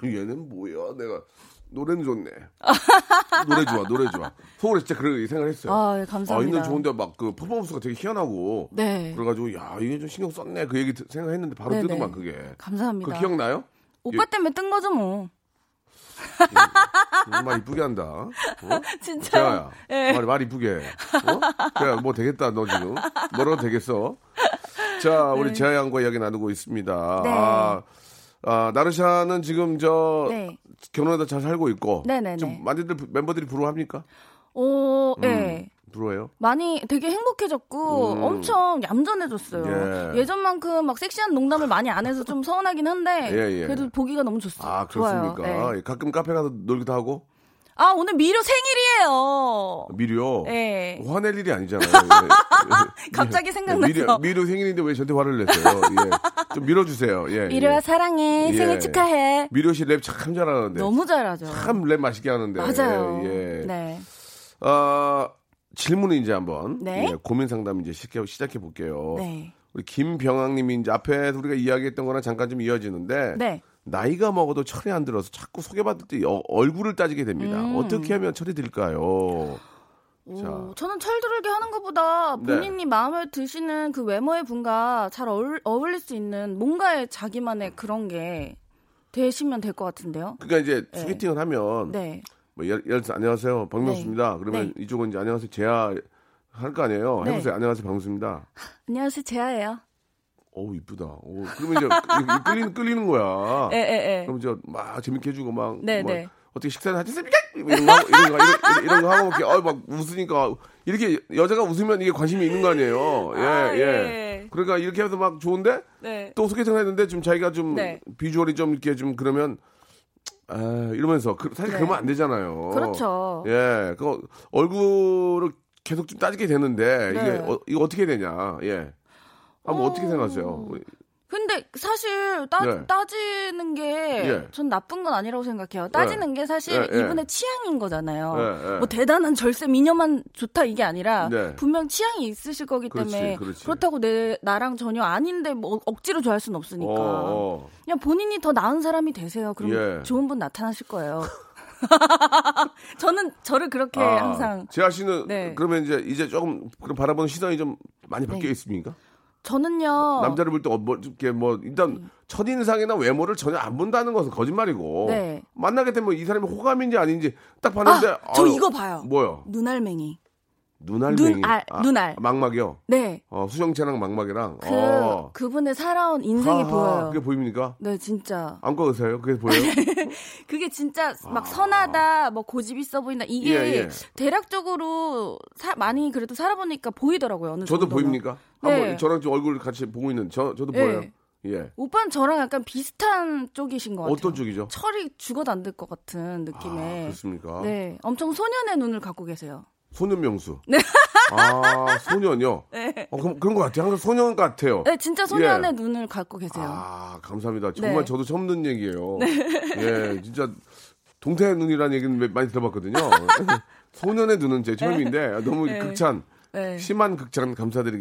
Speaker 3: 얘는 뭐야? 내가 노래는 좋네. *laughs* 노래 좋아, 노래 좋아. 속으로 진짜 그런 생각을 했어요.
Speaker 7: 아, 예, 감사합니다.
Speaker 3: 아, 있는 좋은데 막 그 퍼포먼스가 되게 희한하고
Speaker 7: 네.
Speaker 3: 그래가지고 야 이게 좀 신경 썼네 그 얘기 드- 생각했는데 바로
Speaker 7: 네네.
Speaker 3: 뜨더만 그게.
Speaker 7: 감사합니다.
Speaker 3: 그
Speaker 7: *laughs*
Speaker 3: 기억나요? 예.
Speaker 7: 오빠 때문에 뜬 거죠,
Speaker 3: *laughs*
Speaker 7: 뭐.
Speaker 3: 정말 이쁘게 한다.
Speaker 7: *laughs*
Speaker 3: 어?
Speaker 7: 진짜요?
Speaker 3: 재화야.
Speaker 7: 예.
Speaker 3: 말, 말 이쁘게. 해. 어? 그래, 뭐 되겠다, 너 지금. 뭐라도 되겠어. 자, 우리 재하 양과 이야기 나누고 있습니다.
Speaker 7: 네.
Speaker 3: 아, 아, 나르샤는 지금 저
Speaker 7: 네.
Speaker 3: 결혼하다 잘 살고 있고.
Speaker 7: 네네네.
Speaker 3: 지금 많이들 부- 멤버들이 부러워합니까?
Speaker 7: 어,
Speaker 3: 음.
Speaker 7: 예.
Speaker 3: 부러워요.
Speaker 7: 많이 되게 행복해졌고 엄청 얌전해졌어요.
Speaker 3: 음. 예.
Speaker 7: 예. 전만큼막 섹시한 농담을 많이 안 해서 좀 서운하긴 한데
Speaker 3: 예, 예.
Speaker 7: 그래도 보기가 너무 좋았어요.
Speaker 3: 아,
Speaker 7: 좋아요.
Speaker 3: 그렇습니까?
Speaker 7: 예.
Speaker 3: 예, 가끔 카페 가서 놀기도 하고.
Speaker 7: 아 오늘 미료 생일이에요.
Speaker 3: 미료.
Speaker 7: 예.
Speaker 3: 화낼 일이
Speaker 7: *laughs*
Speaker 3: 아니잖아요. 예.
Speaker 7: 갑자기
Speaker 3: 예.
Speaker 7: 생각나서.
Speaker 3: 미료, 미료 생일인데 왜 저한테 화를 내세요? 예. 좀 밀어주세요. 예.
Speaker 7: 미료야
Speaker 3: 예.
Speaker 7: 사랑해
Speaker 3: 예.
Speaker 7: 생일 축하해.
Speaker 3: 미료 씨 랩 참 잘하는데.
Speaker 7: 너무 잘하죠.
Speaker 3: 참 랩 맛있게 하는데.
Speaker 7: 맞아요.
Speaker 3: 예.
Speaker 7: 네.
Speaker 3: 아, 질문을 이제 한번
Speaker 7: 네.
Speaker 3: 예, 고민 상담 이제 시켜, 시작해 볼게요.
Speaker 7: 네.
Speaker 3: 우리 김병학님이 이제 앞에 우리가 이야기했던 거랑 잠깐 좀 이어지는데
Speaker 7: 네.
Speaker 3: 나이가 먹어도 철이 안 들어서 자꾸 소개받을 때 여- 얼굴을 따지게 됩니다. 어떻게 하면 철이 들까요?
Speaker 7: 음. 오,
Speaker 3: 자.
Speaker 7: 저는 철들게 하는 것보다
Speaker 3: 네.
Speaker 7: 본인이 마음에 드시는 그 외모의 분과 잘 어울, 어울릴 수 있는 뭔가의 자기만의 그런 게 되시면 될 것 같은데요.
Speaker 3: 그러니까 이제
Speaker 7: 네.
Speaker 3: 소개팅을 하면
Speaker 7: 네.
Speaker 3: 뭐 예를 예를 들어서 안녕하세요 박명수입니다. 그러면 이쪽은 이제 안녕하세요 제아 할 거 아니에요.
Speaker 7: 네.
Speaker 3: 해보세요 안녕하세요 박명수입니다.
Speaker 7: 안녕하세요, 재아예요.
Speaker 3: 어우 이쁘다. 오, 그러면 이제 끌리는 끌리는 거야.
Speaker 7: 예, 예, 예.
Speaker 3: 그럼 저 막 재밌게 해주고 막,
Speaker 7: 네,
Speaker 3: 막
Speaker 7: 네.
Speaker 3: 어떻게 식사를 하셨습니까? 이런 거 하고, 이런 거, 이런, 이런 거 하고 이렇게 어, 막 웃으니까 이렇게 여자가 웃으면 이게 관심이 있는 거 아니에요. 예,
Speaker 7: 아,
Speaker 3: 예.
Speaker 7: 예.
Speaker 3: 그러니까 이렇게 해서 막 좋은데
Speaker 7: 네.
Speaker 3: 또 소개팅을 했는데 좀 자기가 좀
Speaker 7: 네.
Speaker 3: 비주얼이 좀 이렇게 좀 그러면 아, 이러면서 그, 사실
Speaker 7: 네.
Speaker 3: 그러면 안 되잖아요.
Speaker 7: 그렇죠.
Speaker 3: 예. 그 얼굴을 계속 좀 따지게 되는데
Speaker 7: 네.
Speaker 3: 이게 어, 이거 어떻게 되냐? 예. 아, 뭐 어떻게 생각하세요?
Speaker 7: 그러니까. 근데 사실 따,
Speaker 3: 예.
Speaker 7: 따지는 게
Speaker 3: 예.
Speaker 7: 전 나쁜 건 아니라고 생각해요. 따지는 게 사실
Speaker 3: 예, 예.
Speaker 7: 이분의 취향인 거잖아요.
Speaker 3: 예, 예.
Speaker 7: 뭐 대단한 절세 미녀만 좋다 이게 아니라
Speaker 3: 네.
Speaker 7: 분명 취향이 있으실 거기 때문에
Speaker 3: 그렇지, 그렇지.
Speaker 7: 다고내 나랑 전혀 아닌데 뭐 억지로 좋아할 순 없으니까
Speaker 3: 어, 어.
Speaker 7: 그냥 본인이 더 나은 사람이 되세요. 그럼
Speaker 3: 예.
Speaker 7: 좋은 분
Speaker 3: *laughs*
Speaker 7: 나타나실 거예요. 저는 저를 그렇게 예,
Speaker 3: 아.
Speaker 7: 항상
Speaker 3: 재하 씨는
Speaker 7: 네.
Speaker 3: 그러면 이제 이제 조금 그런 바라보는 시선이 좀 많이 바뀌어 있습니까?
Speaker 7: 저는요
Speaker 3: 남자를 볼 때 뭐 이렇게 뭐
Speaker 7: 네.
Speaker 3: 일단 첫 인상이나 외모를 전혀 안 본다는 것은 거짓말이고
Speaker 7: 네.
Speaker 3: 만나게 되면 이 사람이 호감인지 아닌지 딱 봤는데
Speaker 7: 아, 저
Speaker 3: 아유,
Speaker 7: 이거 봐요.
Speaker 3: 뭐요?
Speaker 7: 눈알맹이.
Speaker 3: 눈알맹이 아,
Speaker 7: 눈알, 눈알.
Speaker 3: 망막이요.
Speaker 7: 네.
Speaker 3: 어, 수정체랑 망막이랑
Speaker 7: 그
Speaker 3: 어.
Speaker 7: 그분의 살아온 인생이
Speaker 3: 아하,
Speaker 7: 보여요.
Speaker 3: 그게 보입니까?
Speaker 7: 네, 진짜.
Speaker 3: 안과 의사예요? 그게
Speaker 7: *laughs*
Speaker 3: 보여요?
Speaker 7: 그게 진짜 막 선하다, 뭐 고집 있어 보인다. 이게
Speaker 3: 아. 예, 예.
Speaker 7: 대략적으로 사- 많이 그래도 살아보니까 보이더라고요. 어느
Speaker 3: 저도
Speaker 7: 정도는.
Speaker 3: 보입니까?
Speaker 7: 네.
Speaker 3: 한번 저랑 지금 얼굴 같이 보고 있는 저 저도
Speaker 7: 예.
Speaker 3: 보여요. 예.
Speaker 7: 오빠는 저랑 약간 비슷한 쪽이신 것 같아요.
Speaker 3: 어떤 쪽이죠?
Speaker 7: 철이 죽어도 안 될 것 같은
Speaker 3: 아,
Speaker 7: 느낌에.
Speaker 3: 그렇습니까?
Speaker 7: 네, 엄청 소년의 눈을 갖고 계세요.
Speaker 3: 소년명수.
Speaker 7: 네.
Speaker 3: 아,
Speaker 7: *laughs*
Speaker 3: 소년요? 어, 그럼, 그런 것 같아요. 항상 소년 같아요.
Speaker 7: 네, 진짜 소년의
Speaker 3: 예.
Speaker 7: 눈을 갖고 계세요.
Speaker 3: 아, 감사합니다. 정말
Speaker 7: 네.
Speaker 3: 저도 처음 듣는 얘기예요. 예, 진짜 동태의 눈이라는 얘기는 몇- 많이
Speaker 7: *laughs*
Speaker 3: 들어봤거든요. 소년의 눈은 제 처음인데 너무 극찬.
Speaker 7: 네.
Speaker 3: 심한 극찬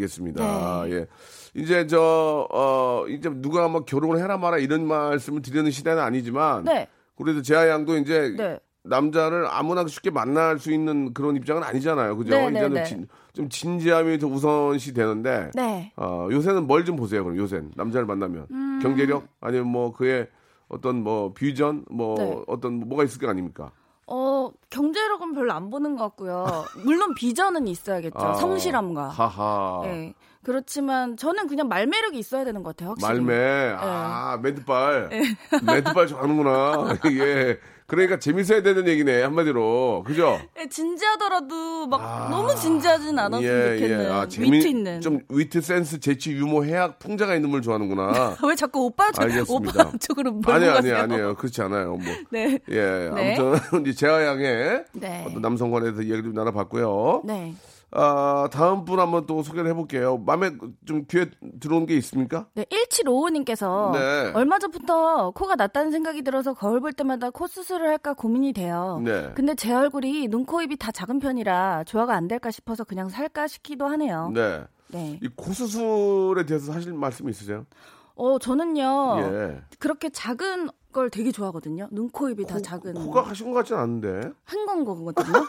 Speaker 3: 감사드리겠습니다. 예. 이제 저, 어, 이제 누가 뭐 결혼을 해라 마라 이런 말씀을 드리는 시대는 아니지만.
Speaker 7: 네.
Speaker 3: 그래도 재하 양도 이제
Speaker 7: 네.
Speaker 3: 남자를 아무나 쉽게 만날 수 있는 그런 입장은 아니잖아요. 그죠?
Speaker 7: 네, 네,
Speaker 3: 이제는
Speaker 7: 네.
Speaker 3: 진- 좀 진지함이 더 우선시 되는데.
Speaker 7: 네.
Speaker 3: 어, 요새는 뭘 좀 보세요, 그럼 요새는. 남자를 만나면.
Speaker 7: 음.
Speaker 3: 경제력? 아니면 뭐 그의 어떤 뭐 뷰전? 뭐
Speaker 7: 네.
Speaker 3: 어떤 뭐가 있을 거 아닙니까?
Speaker 7: 어, 경제력은 별로 안 보는 것 같고요. 물론 비전은 있어야겠죠.
Speaker 3: 아,
Speaker 7: 성실함과.
Speaker 3: 하하.
Speaker 7: 예. 그렇지만 저는 그냥 말 매력이 있어야 되는 것 같아요. 확실히. 예.
Speaker 3: 말매. 아,
Speaker 7: *laughs*
Speaker 3: 매듭발. 매듭발 좋아하는구나. *laughs* 예. 그러니까 재밌어야 되는 얘기네, 한마디로. 그죠?
Speaker 7: 예, 진지하더라도 막
Speaker 3: 아,
Speaker 7: 너무 진지하진 않았으면 좋겠는
Speaker 3: 아,
Speaker 7: 위트 있는.
Speaker 3: 좀 위트 센스, 재치, 유머, 해학, 풍자가 있는 분을
Speaker 7: *laughs*
Speaker 3: 좋아하는구나.
Speaker 7: 왜 자꾸 오빠 쪽,
Speaker 3: 알겠습니다.
Speaker 7: 오빠 *laughs* 쪽으로 몰고
Speaker 3: 아니요,
Speaker 7: 가세요?
Speaker 3: 아니요, 아니요. 그렇지 않아요. 뭐.
Speaker 7: 네.
Speaker 3: 예,
Speaker 7: 네.
Speaker 3: 아무튼 *laughs* 이제 재하 양의
Speaker 7: 네.
Speaker 3: 어떤 남성관에 대해서 이야기 좀 나눠봤고요.
Speaker 7: 네.
Speaker 3: 아, 다음 분 한번 또 소개를 해볼게요. 마음에 좀 귀에 들어온 게 있습니까?
Speaker 7: 네, 1755님께서
Speaker 3: 네.
Speaker 7: 얼마 전부터 코가 났다는 생각이 들어서 거울 볼 때마다 코 수술을 할까 고민이 돼요.
Speaker 3: 네.
Speaker 7: 근데 제 얼굴이 눈, 코, 입이 다 작은 편이라 조화가 안 될까 싶어서 그냥 살까 싶기도 하네요.
Speaker 3: 네.
Speaker 7: 네.
Speaker 3: 이 코수술에 대해서 하실 말씀 있으세요?
Speaker 7: 어, 저는요.
Speaker 3: 예.
Speaker 7: 그렇게 작은 걸 되게 좋아하거든요. 눈, 코, 입이 다 작은.
Speaker 3: 코가 하신 것 같진 않은데.
Speaker 7: 한
Speaker 3: *laughs*
Speaker 7: 건 거거든요.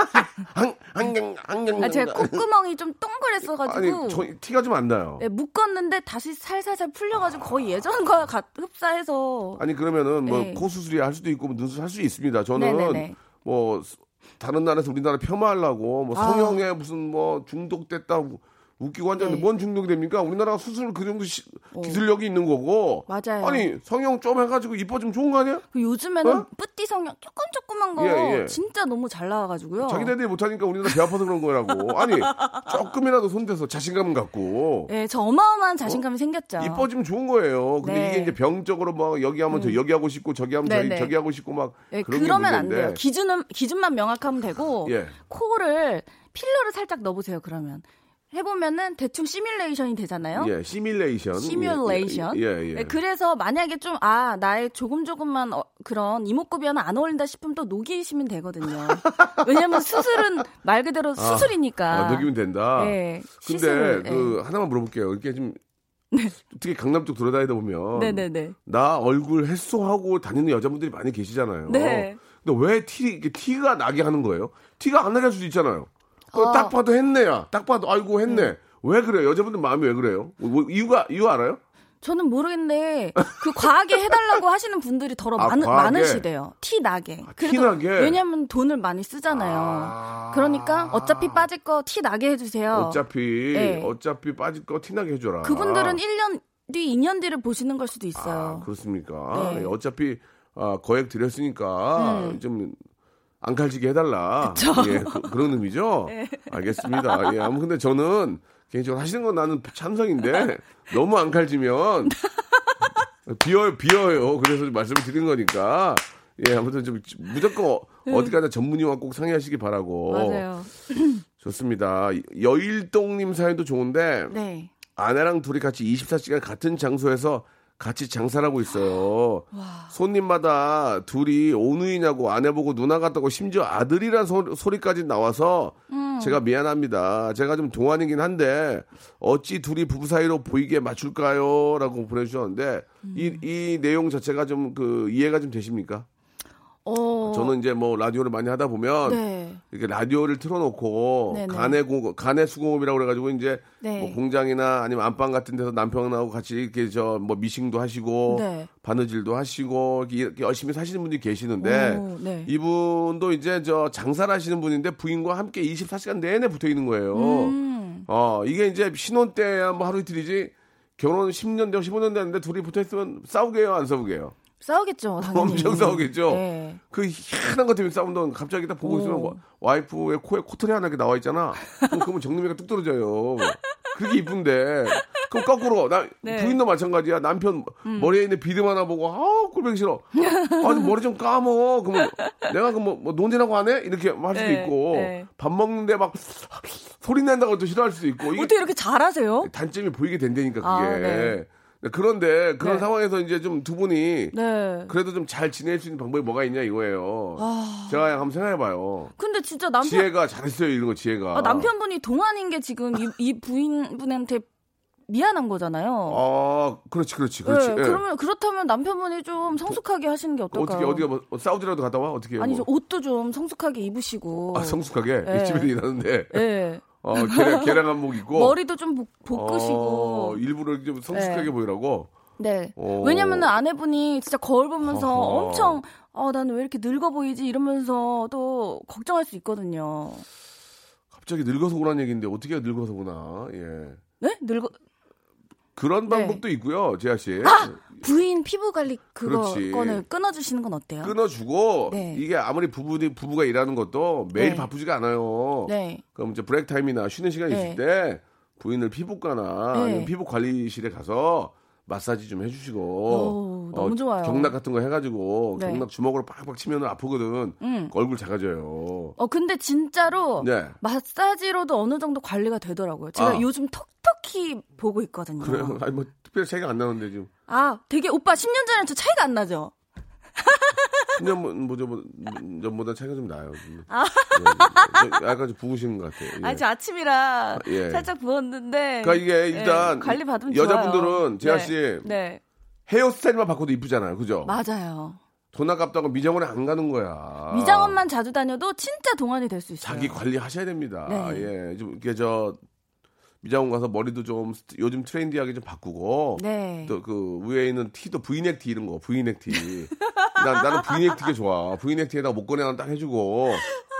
Speaker 3: 한, 한경, 한경.
Speaker 7: 아, 제가 콧구멍이 좀
Speaker 3: 어, 네. 아니,
Speaker 7: 동그랬어가지고.
Speaker 3: 저, 티가 좀 안 나요.
Speaker 7: 네, 묶었는데 다시 살살살 풀려가지고 거의 예전과 같- 흡사해서.
Speaker 3: 아니, 그러면은 뭐
Speaker 7: 네.
Speaker 3: 코수술이 할 수도 있고 뭐 눈수술 할 수 있습니다. 저는
Speaker 7: 네네네.
Speaker 3: 뭐 스- 다른 나라에서 우리나라 폄하하려고 뭐
Speaker 7: 아.
Speaker 3: 성형에 무슨 뭐 중독됐다 우- 웃기고 앉았는데
Speaker 7: 네.
Speaker 3: 뭔 중독이 됩니까? 우리나라가 수술 그 정도 시- 기술력이 있는 거고.
Speaker 7: 맞아요.
Speaker 3: 아니, 성형 좀 해가지고 이뻐지면 좋은 거 아니야?
Speaker 7: 그 요즘에는
Speaker 3: 어?
Speaker 7: 뿌띠 성형 조금 조그만 거
Speaker 3: 예, 예.
Speaker 7: 진짜 너무 잘 나와가지고요.
Speaker 3: 자기네들이 못하니까 우리나라 배 아파서 그런 거라고.
Speaker 7: *laughs*
Speaker 3: 아니, 조금이라도 손대서 자신감 갖고.
Speaker 7: 예, 저 어마어마한 자신감이 생겼죠.
Speaker 3: 이뻐지면 좋은 거예요. 근데
Speaker 7: 네. 음.
Speaker 3: 이게 이제 병적으로 막 여기 하면 저 여기 하고 싶고 저기 하면
Speaker 7: 네네.
Speaker 3: 저기, 저기 하고 싶고 막
Speaker 7: 예,
Speaker 3: 그런 게
Speaker 7: 그러면 안
Speaker 3: 문제인데.
Speaker 7: 돼요. 기준은 기준만 명확하면 되고
Speaker 3: 예.
Speaker 7: 코를 필러를 살짝 넣어보세요. 그러면 해보면은 대충 시뮬레이션이 되잖아요.
Speaker 3: 예, 시뮬레이션.
Speaker 7: 시뮬레이션.
Speaker 3: 예, 예. 예.
Speaker 7: 네, 그래서 만약에 좀 아 나의 조금 조금만 어, 그런 이목구비 하나 안 어울린다 싶으면 또
Speaker 3: *laughs*
Speaker 7: 녹이시면 되거든요. 왜냐면 수술은 말 그대로 수술이니까.
Speaker 3: 아, 녹이면 된다.
Speaker 7: 예,
Speaker 3: 근데
Speaker 7: 시술을,
Speaker 3: 그 하나만 물어볼게요. 이렇게 좀 특히 강남 쪽 돌아다니다 보면
Speaker 7: 예. 네네네.
Speaker 3: 나 얼굴 햇소하고 다니는 여자분들이 많이 계시잖아요.
Speaker 7: 네.
Speaker 3: 근데 왜 티, 이렇게 티가 나게 하는 거예요? 티가 안 나게 할 수도 있잖아요. 그거 딱 봐도 했네야. 딱 봐도 아이고 했네.
Speaker 7: 음.
Speaker 3: 왜 그래요? 여자분들 마음이 왜 그래요? 뭐, 이유가 이유 알아요?
Speaker 7: 저는 모르겠는데 그 과하게 해달라고 하시는 분들이 더러
Speaker 3: 아,
Speaker 7: 많,
Speaker 3: 과하게? 아,
Speaker 7: 많으시대요. 티 나게.
Speaker 3: 티 나게?
Speaker 7: 왜냐면 돈을 많이 쓰잖아요.
Speaker 3: 아.
Speaker 7: 그러니까 어차피 빠질 거 티 나게 해주세요.
Speaker 3: 어차피
Speaker 7: 네.
Speaker 3: 어차피 빠질 거 티나게 해줘라.
Speaker 7: 그분들은 1년 뒤, 2년 뒤를 보시는 걸 수도
Speaker 3: 아,
Speaker 7: 있어요.
Speaker 3: 그렇습니까? 예,
Speaker 7: 네. 음.
Speaker 3: 어차피 아, 거액 드렸으니까 좀. 안 칼지게 해달라. 예, 그, 런
Speaker 7: *laughs*
Speaker 3: 의미죠?
Speaker 7: 네.
Speaker 3: 알겠습니다. 예, 아무 근데 저는 개인적으로 하시는 건 나는
Speaker 7: *laughs*
Speaker 3: 찬성인데 너무 안 칼지면 *laughs* 비어요, 비어요. 그래서 좀 말씀을 드린 거니까. 예, 아무튼 좀 무조건 어디가나 전문의와 꼭 상의하시기 바라고.
Speaker 7: 네. 맞아요.
Speaker 3: 좋습니다. 여일동님 사연도 좋은데
Speaker 7: 네.
Speaker 3: 아내랑 둘이 같이 24시간 같은 장소에서 같이 장사를 하고 있어요. 손님마다 둘이 오누이냐고 아내 보고 누나 같다고 심지어 아들이란 소, 소리까지 나와서 제가 미안합니다. 제가 좀 동안이긴 한데 어찌 둘이 부부 사이로 보이게 맞출까요? 라고 보내주셨는데 이, 이 내용 자체가 좀 그 이해가 좀 되십니까?
Speaker 7: 어,
Speaker 3: 저는 이제 뭐 라디오를 많이 하다 보면
Speaker 7: 네.
Speaker 3: 이렇게 라디오를 틀어놓고
Speaker 7: 네네.
Speaker 3: 간의 공 간의 수공업이라고 그래가지고 이제
Speaker 7: 네.
Speaker 3: 뭐 공장이나 아니면 안방 같은 데서 남편하고 같이 이렇게 저 뭐 미싱도 하시고
Speaker 7: 네.
Speaker 3: 바느질도 하시고 이렇게 열심히 사시는 분들이 계시는데
Speaker 7: 오, 네.
Speaker 3: 이분도 이제 저 장사를 하시는 분인데 부인과 함께 24시간 내내 붙어 있는 거예요.
Speaker 7: 음.
Speaker 3: 어 이게 이제 신혼 때야 뭐 하루 이틀이지 결혼 10년 되고 15년 됐는데 둘이 붙어 있으면 싸우게 해요 안 싸우게요?
Speaker 7: 싸우겠죠, 당연히.
Speaker 3: 뭐 엄청 싸우겠죠.
Speaker 7: 네.
Speaker 3: 그 희한한 것 때문에 싸운다고 갑자기 딱 보고
Speaker 7: 오.
Speaker 3: 있으면 와- 와이프의 코에 코털이 하나 이렇게 나와 있잖아. 그럼 그러면 정리미가 뚝 떨어져요. 그렇게 이쁜데. 그럼 거꾸로 나
Speaker 7: 네. 음.
Speaker 3: 부인도 마찬가지야. 남편 머리에 있는 비듬 하나 보고 아우 꼴뱅 싫어. 아니 머리 좀 감어. 그러면 내가 그 뭐 논쟁하고 안 해? 이렇게 할 수도
Speaker 7: 네,
Speaker 3: 있고
Speaker 7: 네.
Speaker 3: 밥 먹는데 막 소리 낸다고 또 싫어할 수도 있고 이게
Speaker 7: 어떻게 이렇게 잘하세요?
Speaker 3: 단점이 보이게 된다니까 그게.
Speaker 7: 아, 네.
Speaker 3: 그런데 그런
Speaker 7: 네.
Speaker 3: 상황에서 이제 좀 두 분이
Speaker 7: 네.
Speaker 3: 그래도 좀 잘 지낼 수 있는 방법이 뭐가 있냐 이거예요. 제가 한번 생각해봐요.
Speaker 7: 근데 진짜 아. 남편
Speaker 3: 지혜가 잘했어요 이런 거 지혜가.
Speaker 7: 아, 남편분이 동안인 게 지금 이, 이 부인분한테 미안한 거잖아요.
Speaker 3: 아, 그렇지 그렇지 그렇지.
Speaker 7: 네,
Speaker 3: 예. 어,
Speaker 7: 그러면 그렇다면 남편분이 좀 성숙하게 하시는 게 어떨까요?
Speaker 3: 어떻게 어디가 뭐, 어, 사우디라도 갔다 와 어떻게? 뭐?
Speaker 7: 아니죠 옷도 좀 성숙하게 입으시고.
Speaker 3: 아 성숙하게
Speaker 7: 예.
Speaker 3: 집에서 일하는데
Speaker 7: 예.
Speaker 3: 어, 계량 계량 한복 입고
Speaker 7: 머리도 좀 복-
Speaker 3: 어,
Speaker 7: 볶으시고.
Speaker 3: 일부러 좀 성숙하게
Speaker 7: 예.
Speaker 3: 보이라고. 어.
Speaker 7: 네.
Speaker 3: 오.
Speaker 7: 왜냐면은 아내분이 진짜 거울 보면서
Speaker 3: 어허.
Speaker 7: 엄청 아 나는 왜 이렇게 늙어 보이지 이러면서 또 걱정할 수 있거든요.
Speaker 3: 갑자기 늙어서 오란 얘기인데 어떻게 늙어서 오나? 예.
Speaker 7: 네? 늙어
Speaker 3: 그런
Speaker 7: 네. 아!
Speaker 3: 방법도 있고요, 재하 씨.
Speaker 7: 부인 피부 관리 그거
Speaker 3: 그렇지.
Speaker 7: 건을 끊어 주시는 건 어때요?
Speaker 3: 끊어주고
Speaker 7: 네.
Speaker 3: 이게 아무리 부부들이 부부가 일하는 것도 매일
Speaker 7: 네.
Speaker 3: 바쁘지가 않아요.
Speaker 7: 네.
Speaker 3: 그럼 이제 브레이크 타임이나 쉬는 시간이
Speaker 7: 네.
Speaker 3: 있을 때 부인을 피부과나
Speaker 7: 네.
Speaker 3: 아니면 피부 관리실에 가서 마사지 좀 해주시고 어,
Speaker 7: 오, 너무 좋아요.
Speaker 3: 경락 같은 거 해가지고
Speaker 7: 네.
Speaker 3: 경락 주먹으로 팍팍 치면 아프거든.
Speaker 7: 음.
Speaker 3: 얼굴 작아져요.
Speaker 7: 어 근데 진짜로
Speaker 3: 네.
Speaker 7: 마사지로도 어느 정도 관리가 되더라고요. 제가
Speaker 3: 아.
Speaker 7: 요즘 톡톡히 보고 있거든요.
Speaker 3: 그래요. 아니 뭐 특별히 차이가 안 나는데 지금.
Speaker 7: 아 되게 오빠 10년 전이랑 저 차이가 안 나죠?
Speaker 3: 10년 뭐, 저, 뭐, 전보다 차이가 좀 나요. 예,
Speaker 7: *laughs*
Speaker 3: 예. 약간 좀 부으신 것 같아요. 예.
Speaker 7: 아. 아니 저 아침이라
Speaker 3: 예.
Speaker 7: 살짝 부었는데. 네,
Speaker 3: 그러니까 이게 일단
Speaker 7: 관리 받으면
Speaker 3: 여자분들은
Speaker 7: 좋아요.
Speaker 3: 재하
Speaker 7: 네.
Speaker 3: 씨
Speaker 7: 네.
Speaker 3: 헤어스타일만 바꿔도 이쁘잖아요. 그죠?
Speaker 7: 맞아요.
Speaker 3: 돈 아깝다고 미장원에 안 가는 거야.
Speaker 7: 미장원만 자주 다녀도 진짜 동안이 될 수 있어요.
Speaker 3: 아. 자기 관리하셔야 됩니다.
Speaker 7: 네.
Speaker 3: 예. 좀 이렇게 저 미장원 가서 머리도 좀 스트- 요즘 트렌디하게 좀 바꾸고
Speaker 7: 네.
Speaker 3: 또 그 위에 있는 티도 브이넥 티 이런 거 브이넥 티. 난 나는 브이넥 티가 좋아. 브이넥 티에다 목걸이 하나 딱 해주고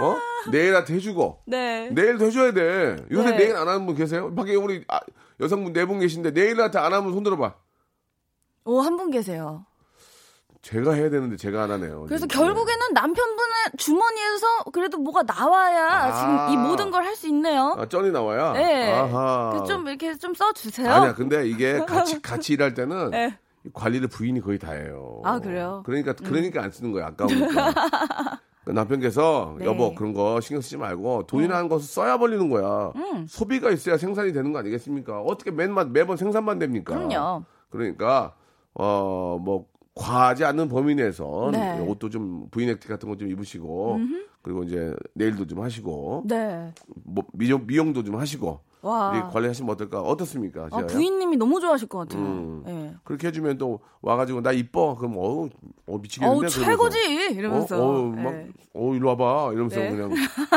Speaker 3: 어 네일아트 해주고
Speaker 7: 네.
Speaker 3: 네일도 해줘야 돼. 요새
Speaker 7: 네.
Speaker 3: 네일 안 하는 분 계세요? 밖에 우리 아, 여성분 네 분 계신데 네일아트 안 하면 손 들어봐.
Speaker 7: 오, 한 분 계세요.
Speaker 3: 제가 해야 되는데 제가 안 하네요.
Speaker 7: 그래서
Speaker 3: 지금.
Speaker 7: 결국에는 남편분의 주머니에서 그래도 뭐가 나와야
Speaker 3: 아.
Speaker 7: 지금 이 모든 걸 할 수 있네요.
Speaker 3: 아, 쩐이 나와야.
Speaker 7: 네.
Speaker 3: 아하.
Speaker 7: 그래서 좀 이렇게 좀 써주세요.
Speaker 3: 아니야. 근데 이게
Speaker 7: *laughs*
Speaker 3: 같이 같이 일할 때는
Speaker 7: 네.
Speaker 3: 이 관리를 부인이 거의 다 해요.
Speaker 7: 아, 그래요?
Speaker 3: 그러니까 그러니까 안 쓰는 거야.
Speaker 7: *laughs*
Speaker 3: 아까우니까. 그러니까 남편께서
Speaker 7: 네.
Speaker 3: 여보 그런 거 신경 쓰지 말고 돈이라는 것을 써야 벌리는 거야.
Speaker 7: 음.
Speaker 3: 소비가 있어야 생산이 되는 거 아니겠습니까? 어떻게 맨만 매번 생산만 됩니까?
Speaker 7: 그럼요.
Speaker 3: 그러니까 어 뭐 과하지 않는 범위 내에서
Speaker 7: 네.
Speaker 3: 옷도 좀 브이넥트 같은 거 좀 입으시고 그리고 이제 네일도 좀 하시고
Speaker 7: 네.
Speaker 3: 뭐 미용, 미용도 좀 하시고
Speaker 7: 와.
Speaker 3: 이렇게 관리하시면 어떨까? 어떻습니까?
Speaker 7: 아,
Speaker 3: 지아야?
Speaker 7: 부인님이 너무 좋아하실 것 같아요.
Speaker 3: 음.
Speaker 7: 예.
Speaker 3: 그렇게 해주면 또 와가지고 나 이뻐 그럼 어우 어, 미치겠는데
Speaker 7: 어우,
Speaker 3: 그러면서.
Speaker 7: 최고지! 이러면서.
Speaker 3: 어, 어, 막,
Speaker 7: 예.
Speaker 3: 어, 일로 와봐. 이러면서
Speaker 7: 네.
Speaker 3: 그냥.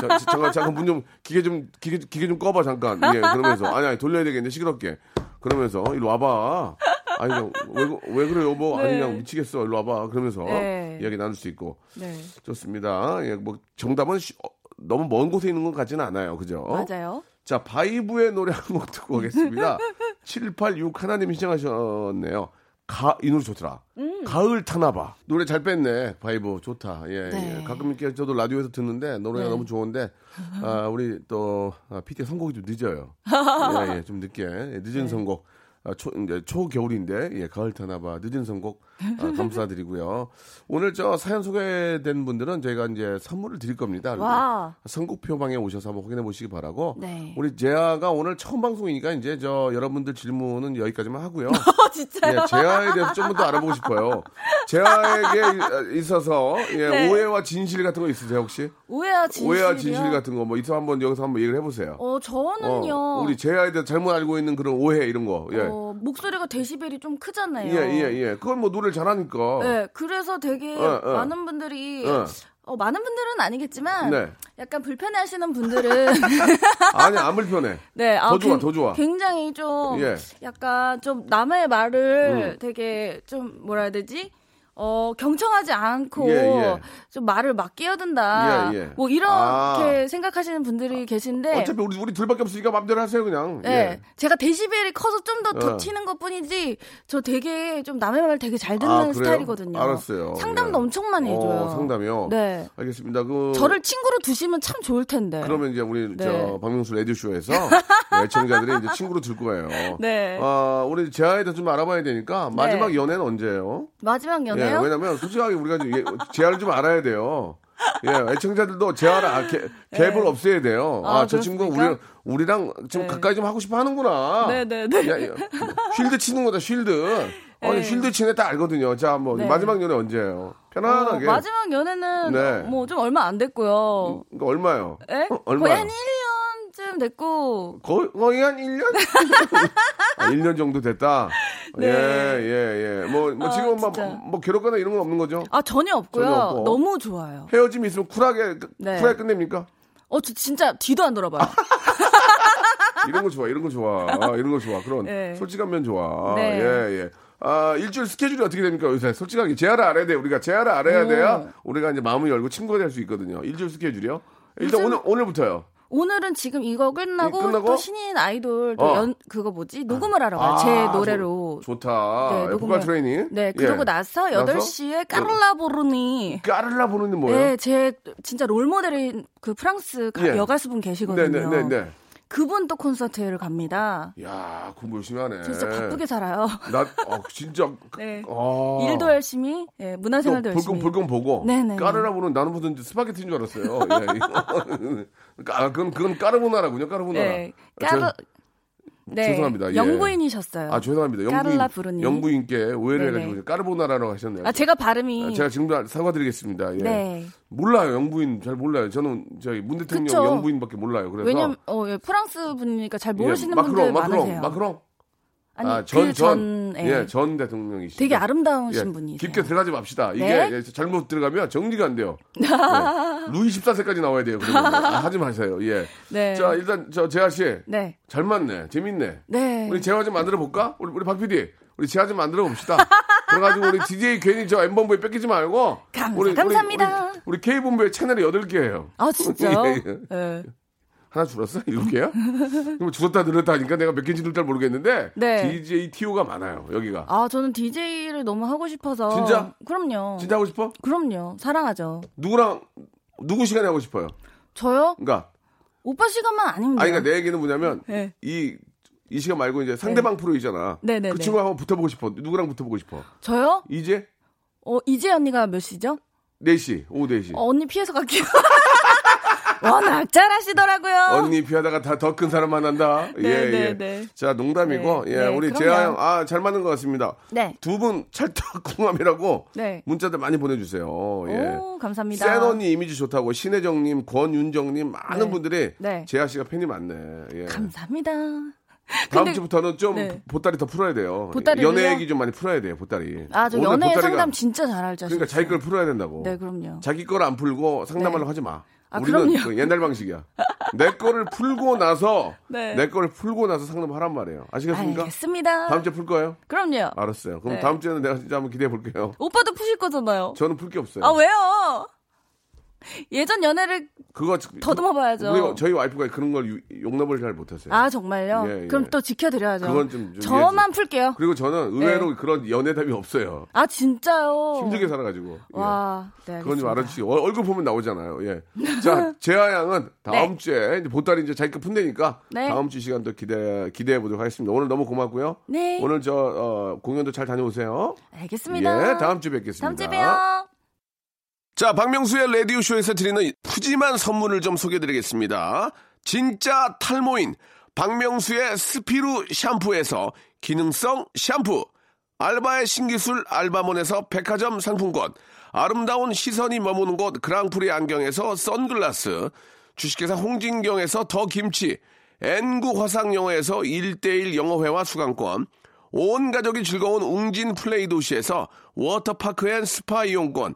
Speaker 3: 자, 지- 잠깐, 잠깐, 문 좀, 기계 좀, 기계, 기계 좀 꺼봐, 잠깐. 예, 그러면서. 아니, 아니, 돌려야 되겠네, 시끄럽게. 그러면서, "어, 일로 와봐. 아니, 그냥, 왜, 그- 왜 그래요, 뭐. 아니,
Speaker 7: 네.
Speaker 3: 그냥 미치겠어. 일로 와봐. 그러면서.
Speaker 7: 네.
Speaker 3: 이야기 나눌 수 있고.
Speaker 7: 네.
Speaker 3: 좋습니다. 예, 뭐, 정답은 쉬- 어, 너무 먼 곳에 있는 것 같지는 않아요. 그죠?
Speaker 7: 맞아요.
Speaker 3: 자, 바이브의 노래 한 곡 듣고
Speaker 7: *laughs*
Speaker 3: 가겠습니다. 786 하나님이 신청하셨네요. 가, 이 노래 좋더라.
Speaker 7: 음.
Speaker 3: 가을 타나봐. 노래 잘 뺐네. 바이브 좋다. 예,
Speaker 7: 네.
Speaker 3: 예. 가끔 이렇게 저도 라디오에서 듣는데 노래가 너무 좋은데, 아, 우리 또, 아, 피디 선곡이 좀
Speaker 7: *laughs*
Speaker 3: 늦어요. 예, 예, 좀 늦게. 예,
Speaker 7: 네.
Speaker 3: 늦은 선곡. 아, 초, 이제 초겨울인데, 예, 가을 타나봐. 늦은 선곡.
Speaker 7: *laughs*
Speaker 3: 아, 감사드리고요. 오늘 저 사연 소개된 분들은 저희가 이제 선물을 드릴 겁니다.
Speaker 7: 와.
Speaker 3: 선곡표방에 오셔서 한번 확인해 보시기 바라고. *laughs*
Speaker 7: 네.
Speaker 3: 우리 재아가 오늘 처음 방송이니까 이제 저 여러분들 질문은 여기까지만
Speaker 7: *laughs*
Speaker 3: 하고요.
Speaker 7: 어, 진짜요?
Speaker 3: 예, *laughs* 재아에 대해서 좀 더 알아보고 싶어요. 재아에게 있어서 예,
Speaker 7: 네.
Speaker 3: 오해와 진실 같은 거 있으세요 혹시?
Speaker 7: 오해와 진실.
Speaker 3: 오해와 진실 같은 거 뭐 있어 한번 여기서 한번 얘기를 해보세요.
Speaker 7: 어, 저는요.
Speaker 3: 어, 우리 재아에 대해서 잘못 알고 있는 그런 오해 이런 거. 예.
Speaker 7: 어, 목소리가 데시벨이 좀 크잖아요.
Speaker 3: 예, 예, 예. 그건 뭐 노래를 잘하니까.
Speaker 7: 네, 그래서 되게
Speaker 3: 어, 어.
Speaker 7: 많은 분들이
Speaker 3: 어.
Speaker 7: 어, 많은 분들은 아니겠지만
Speaker 3: 네.
Speaker 7: 약간 불편해하시는 분들은 *laughs*
Speaker 3: 아니, 안 불편해.
Speaker 7: 네, 아,
Speaker 3: 더 좋아,
Speaker 7: 굉-
Speaker 3: 더 좋아.
Speaker 7: 굉장히 좀
Speaker 3: 예. 음.
Speaker 7: 약간 좀 남의 말을 되게 좀 뭐라 해야 되지? 어 경청하지 않고
Speaker 3: 예, 예.
Speaker 7: 좀 말을 막 끼어든다
Speaker 3: 예, 예.
Speaker 7: 뭐
Speaker 3: 아.
Speaker 7: 이렇게 생각하시는 분들이 계신데
Speaker 3: 어차피 우리, 우리 둘밖에 없으니까 맘대로 하세요, 그냥.
Speaker 7: 예.
Speaker 3: 예.
Speaker 7: 제가 데시벨이 커서 좀 더
Speaker 3: 어.
Speaker 7: 덮치는 것 뿐이지, 저 되게 좀 남의 말 되게 잘 듣는
Speaker 3: 아, 그래요?
Speaker 7: 스타일이거든요.
Speaker 3: 알았어요.
Speaker 7: 상담도
Speaker 3: 예.
Speaker 7: 엄청 많이 해줘요.
Speaker 3: 어, 상담이요?
Speaker 7: 네.
Speaker 3: 알겠습니다. 그
Speaker 7: 저를 친구로 두시면 참 좋을 텐데.
Speaker 3: 그러면 이제 우리
Speaker 7: 네.
Speaker 3: 저 박명수
Speaker 7: *laughs*
Speaker 3: 레디쇼에서 네, 애청자들이 이제 친구로 들 거예요.
Speaker 7: 네.
Speaker 3: 아 우리 재하에 대해서 좀 알아봐야 되니까 마지막
Speaker 7: 네.
Speaker 3: 연애는 언제예요?
Speaker 7: 마지막
Speaker 3: 예,
Speaker 7: 연애요? 어,
Speaker 3: 왜냐면 솔직하게 우리가 좀 예, 재하를 좀 알아야 돼요. 예, 애청자들도 재하를 아, 개, 갭을 없애야 돼요. 아,
Speaker 7: 네. 아,
Speaker 3: 저
Speaker 7: 그렇습니까?
Speaker 3: 친구가 우리, 우리랑 좀
Speaker 7: 네.
Speaker 3: 가까이 좀 하고 싶어 하는구나.
Speaker 7: 네, 네, 네.
Speaker 3: 야, 야, 쉴드 치는 거다,
Speaker 7: *laughs*
Speaker 3: 쉴드. 아니,
Speaker 7: 네.
Speaker 3: 쉴드 치네 딱 알거든요. 자, 뭐,
Speaker 7: 네.
Speaker 3: 마지막 연애 언제예요? 편안하게.
Speaker 7: 어, 마지막 연애는
Speaker 3: 네.
Speaker 7: 뭐 좀 얼마 안 됐고요.
Speaker 3: 그러니까 얼마요?
Speaker 7: 예?
Speaker 3: 어,
Speaker 7: 거의
Speaker 3: 얼마요?
Speaker 7: 한 1년쯤 됐고,
Speaker 3: 거의, 거의 한
Speaker 7: *laughs*
Speaker 3: 1년? 아, 1년 정도 됐다.
Speaker 7: 네.
Speaker 3: 예, 예, 예. 뭐, 뭐
Speaker 7: 아,
Speaker 3: 지금 막,
Speaker 7: 진짜.
Speaker 3: 뭐 괴롭거나 이런 건 없는 거죠?
Speaker 7: 아, 전혀 없고요.
Speaker 3: 전혀 없고.
Speaker 7: 너무 좋아요.
Speaker 3: 헤어짐이 있으면 쿨하게, 끝-
Speaker 7: 네.
Speaker 3: 쿨하게 끝냅니까?
Speaker 7: 어, 저 진짜 뒤도
Speaker 3: *laughs*
Speaker 7: 안 돌아봐요.
Speaker 3: 이런 거 좋아, 이런 거
Speaker 7: *laughs*
Speaker 3: 좋아. 아, 이런 거 좋아. 그런
Speaker 7: 네.
Speaker 3: 솔직한 면 좋아.
Speaker 7: 네.
Speaker 3: 예, 예. 아, 일주일 스케줄이 어떻게 됩니까, 요새? 솔직하게. 재아를 알아야 돼. 우리가 재아를 알아야 돼야 우리가 이제 마음을 열고 친구가 될 수 있거든요. 일주일 스케줄이요? 일단
Speaker 7: 요즘-
Speaker 3: 오늘, 오늘부터요.
Speaker 7: 오늘은 지금 이거 끝나고,
Speaker 3: 이- 예, 끝나고?
Speaker 7: 또 신인 아이돌 또
Speaker 3: 어.
Speaker 7: 연, 그거 뭐지? 녹음을 하러 가요.
Speaker 3: 아,
Speaker 7: 제 네, 노래로.
Speaker 3: 좋, 좋다.
Speaker 7: 네,
Speaker 3: 예,
Speaker 7: 녹음을-
Speaker 3: 보컬 트레이닝.
Speaker 7: 네, 그러고
Speaker 3: 예.
Speaker 7: 나서 8시에 까를라 보르니.
Speaker 3: 까르라 보는 게 뭐예요?
Speaker 7: 예, 제 진짜 롤모델인 그 프랑스 가-
Speaker 3: 예.
Speaker 7: 여가수분 계시거든요.
Speaker 3: 네네네네.
Speaker 7: 그분 또 콘서트를 갑니다.
Speaker 3: 야 공부 열심히 하네.
Speaker 7: 저 진짜 바쁘게 살아요.
Speaker 3: 나 어, 진짜.
Speaker 7: *laughs* 네.
Speaker 3: 아. 어,
Speaker 7: 일도 열심히, 예, 문화생활도 열심히.
Speaker 3: 불금 불금 보고
Speaker 7: 네네.
Speaker 3: 까르라보는 나는 무슨 스파게티인 줄 알았어요. *laughs* 예. 아, 그건 그건 까르보나라군요. 까르보나라.
Speaker 7: 네, 까르,
Speaker 3: 아, 저-
Speaker 7: 네,
Speaker 3: 죄송합니다. 예.
Speaker 7: 영부인이셨어요.
Speaker 3: 아 죄송합니다.
Speaker 7: 까르라
Speaker 3: 영부인
Speaker 7: 부르니.
Speaker 3: 영부인께 오해를
Speaker 7: 네네.
Speaker 3: 해가지고 까르보나라라고 하셨네요.
Speaker 7: 아, 제가 발음이
Speaker 3: 아, 제가 지금도 사과드리겠습니다. 예.
Speaker 7: 네.
Speaker 3: 몰라요 영부인 잘 몰라요. 저는 저희 문 대통령
Speaker 7: 그쵸.
Speaker 3: 영부인밖에 몰라요. 그래서
Speaker 7: 왜냐면 어, 예, 프랑스 분이니까 잘
Speaker 3: 예,
Speaker 7: 모르시는 분들
Speaker 3: 마크롱 마크롱
Speaker 7: 많으세요.
Speaker 3: 마크롱
Speaker 7: 아니
Speaker 3: 전,
Speaker 7: 그
Speaker 3: 전,
Speaker 7: 전에
Speaker 3: 예, 전 대통령이시죠.
Speaker 7: 되게
Speaker 3: 예,
Speaker 7: 아름다우신 분이세요.
Speaker 3: 깊게 들어가지 맙시다. 이게
Speaker 7: 네.
Speaker 3: 예, 잘못 들어가면 정리가 안
Speaker 7: *laughs*
Speaker 3: 돼요. 예. 루이 14세까지 나와야 돼요. 그러면. 아, 하지 마세요. 예.
Speaker 7: 네.
Speaker 3: 자, 일단 저 재하 씨.
Speaker 7: 네.
Speaker 3: 잘 맞네. 재밌네.
Speaker 7: 네.
Speaker 3: 우리 재화 좀 만들어 볼까? 우리 우리 박 PD. 우리 재화 좀 만들어 봅시다. 그래가지고 우리 DJ 괜히 저 M본부에 뺏기지 말고
Speaker 7: 감-
Speaker 3: 우리,
Speaker 7: 감사합니다.
Speaker 3: 우리, 우리 K본부의 채널이 8개예요.
Speaker 7: 아 진짜요?
Speaker 3: *laughs* 예, 예.
Speaker 7: 예.
Speaker 3: 하나 줄었어? 일곱 개야? 그럼 줄었다 늘었다 하니까 내가 몇 개인지 잘 모르겠는데
Speaker 7: 네.
Speaker 3: DJ TO가 많아요. 여기가.
Speaker 7: 아 저는 DJ를 너무 하고 싶어서
Speaker 3: 진짜?
Speaker 7: 그럼요.
Speaker 3: 진짜 하고 싶어?
Speaker 7: 그럼요. 사랑하죠.
Speaker 3: 누구랑 누구 시간에 하고 싶어요?
Speaker 7: 저요?
Speaker 3: 그러니까
Speaker 7: 오빠 시간만 아닙니다.
Speaker 3: 아니 그러니까 내 얘기는 뭐냐면
Speaker 7: 네.
Speaker 3: 이 이 시간 말고 이제 상대방 프로 있잖아.
Speaker 7: 네, 네,
Speaker 3: 그
Speaker 7: 네.
Speaker 3: 친구하고 붙어보고 싶어. 누구랑 붙어보고 싶어?
Speaker 7: 저요?
Speaker 3: 이제
Speaker 7: 어 이제 언니가 몇 시죠?
Speaker 3: 4시, 오후 4시.
Speaker 7: 어, 언니 피해서 갈게요. *laughs* 워낙 잘하시더라고요.
Speaker 3: 언니 피하다가 다 더 큰 사람 만난다.
Speaker 7: *laughs* 네,
Speaker 3: 예,
Speaker 7: 네,
Speaker 3: 예.
Speaker 7: 네.
Speaker 3: 자, 농담이고,
Speaker 7: 네,
Speaker 3: 예,
Speaker 7: 네,
Speaker 3: 우리
Speaker 7: 그럼요.
Speaker 3: 재하 형, 아, 잘 맞는 것 같습니다.
Speaker 7: 네.
Speaker 3: 두 분 찰떡궁합이라고
Speaker 7: 네.
Speaker 3: 문자들 많이 보내주세요. 예.
Speaker 7: 오 감사합니다.
Speaker 3: 센 언니 이미지 좋다고 신혜정님, 권윤정님 많은
Speaker 7: 네.
Speaker 3: 분들이
Speaker 7: 네.
Speaker 3: 재하 씨가 팬이 많네. 예.
Speaker 7: 감사합니다.
Speaker 3: 다음
Speaker 7: 근데-
Speaker 3: 주부터는 좀
Speaker 7: 네.
Speaker 3: 보따리 더 풀어야 돼요.
Speaker 7: 보따리를요?
Speaker 3: 연애 얘기 좀 많이 풀어야 돼요. 보따리.
Speaker 7: 아 저
Speaker 3: 오늘
Speaker 7: 연애
Speaker 3: 보따리가-
Speaker 7: 상담 진짜 잘 알죠.
Speaker 3: 그러니까
Speaker 7: 진짜.
Speaker 3: 자기 걸 풀어야 된다고.
Speaker 7: 네 그럼요.
Speaker 3: 자기 걸 안 풀고 상담하려고 하지 마.
Speaker 7: 아,
Speaker 3: 우리는
Speaker 7: 그럼요.
Speaker 3: 그 옛날 방식이야. 내 거를 풀고 나서
Speaker 7: *laughs* 네.
Speaker 3: 내 거를 풀고 나서 상담하란 말이에요. 아시겠습니까?
Speaker 7: 알겠습니다.
Speaker 3: 다음 주에 아. 풀 거예요?
Speaker 7: 그럼요.
Speaker 3: 알았어요. 그럼
Speaker 7: 네.
Speaker 3: 다음 주에는 내가 진짜 한번 기대해 볼게요.
Speaker 7: 오빠도 푸실 거잖아요.
Speaker 3: 저는 풀 게 없어요.
Speaker 7: 아 왜요? 예전 연애를
Speaker 3: 그거
Speaker 7: 더듬어 봐야죠.
Speaker 3: 우리 저희 와이프가 그런 걸 유- 용납을 잘 못했어요.
Speaker 7: 아 정말요?
Speaker 3: 예, 예.
Speaker 7: 그럼 또 지켜드려야죠.
Speaker 3: 그건 좀- 좀
Speaker 7: 저만 풀게요.
Speaker 3: 그리고 저는
Speaker 7: 네.
Speaker 3: 의외로 그런 연애담이 없어요.
Speaker 7: 아 진짜요?
Speaker 3: 힘들게 살아가지고. 예.
Speaker 7: 어. 와, 네,
Speaker 3: 그건 좀
Speaker 7: 알겠습니다.
Speaker 3: 알아주시고 어, 얼굴 보면 나오잖아요. 예.
Speaker 7: *laughs*
Speaker 3: 자, 재하 양은 다음
Speaker 7: 네.
Speaker 3: 주에 이제 보따리 이제 자기가 푼다니까
Speaker 7: 네.
Speaker 3: 다음 주 시간 또 기대 기대해 보도록 하겠습니다. 오늘 너무 고맙고요.
Speaker 7: 네.
Speaker 3: 오늘 저 어, 공연도 잘 다녀오세요.
Speaker 7: 알겠습니다.
Speaker 3: 예, 다음 주에 뵙겠습니다.
Speaker 7: 다음 주에 봬요.
Speaker 3: 자, 박명수의 라디오 쇼에서 드리는 푸짐한 선물을 좀 소개드리겠습니다. 진짜 탈모인 박명수의 스피루 샴푸에서 기능성 샴푸, 알바의 신기술 알바몬에서 백화점 상품권, 아름다운 시선이 머무는 곳 그랑프리 안경에서 선글라스, 주식회사 홍진경에서 더 김치, N구 화상영어에서 1대1 영어회화 수강권, 온 가족이 즐거운 웅진 플레이 도시에서 워터파크 앤 스파 이용권,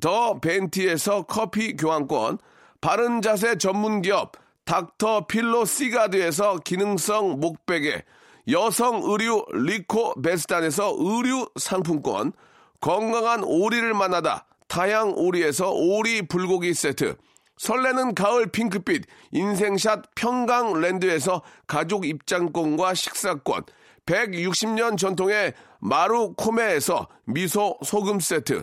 Speaker 3: 더 벤티에서 커피 교환권, 바른 자세 전문 기업 닥터 필로 시가드에서 기능성 목베개, 여성 의류 리코 베스탄에서 의류 상품권, 건강한 오리를 만나다 타양 오리에서 오리 불고기 세트, 설레는 가을 핑크빛 인생샷 평강랜드에서 가족 입장권과 식사권 160년 전통의 마루코메에서 미소 소금 세트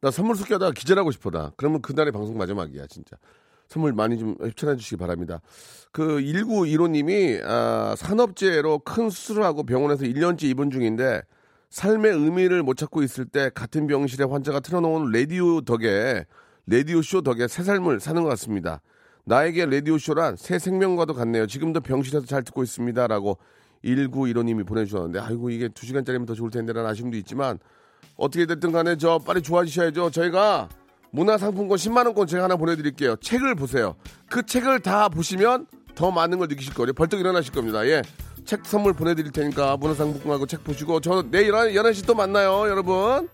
Speaker 3: 나 선물 소개하다가 기절하고 싶어 나. 그러면 그날의 방송 마지막이야 진짜. 선물 많이 좀 협찬해 주시기 바랍니다. 그 1915님이 아, 산업재해로 큰 수술을 하고 병원에서 1년째 입원 중인데 삶의 의미를 못 찾고 있을 때 같은 병실에 환자가 틀어놓은 라디오 덕에 라디오 쇼 덕에 새 삶을 사는 것 같습니다. 나에게 라디오쇼란 새 생명과도 같네요. 지금도 병실에서 잘 듣고 있습니다. 라고 1915님이 보내주셨는데, 아이고, 이게 두시간짜리면더 좋을 텐데라는 아쉬움도 있지만, 어떻게 됐든 간에 저 빨리 좋아지셔야죠. 저희가 문화상품권 10만원권 제가 하나 보내드릴게요. 책을 보세요. 그 책을 다 보시면 더 많은 걸 느끼실 거예요. 벌떡 일어나실 겁니다. 예. 책 선물 보내드릴 테니까 문화상품권하고 책 보시고, 저 내일 11시 또 만나요, 여러분.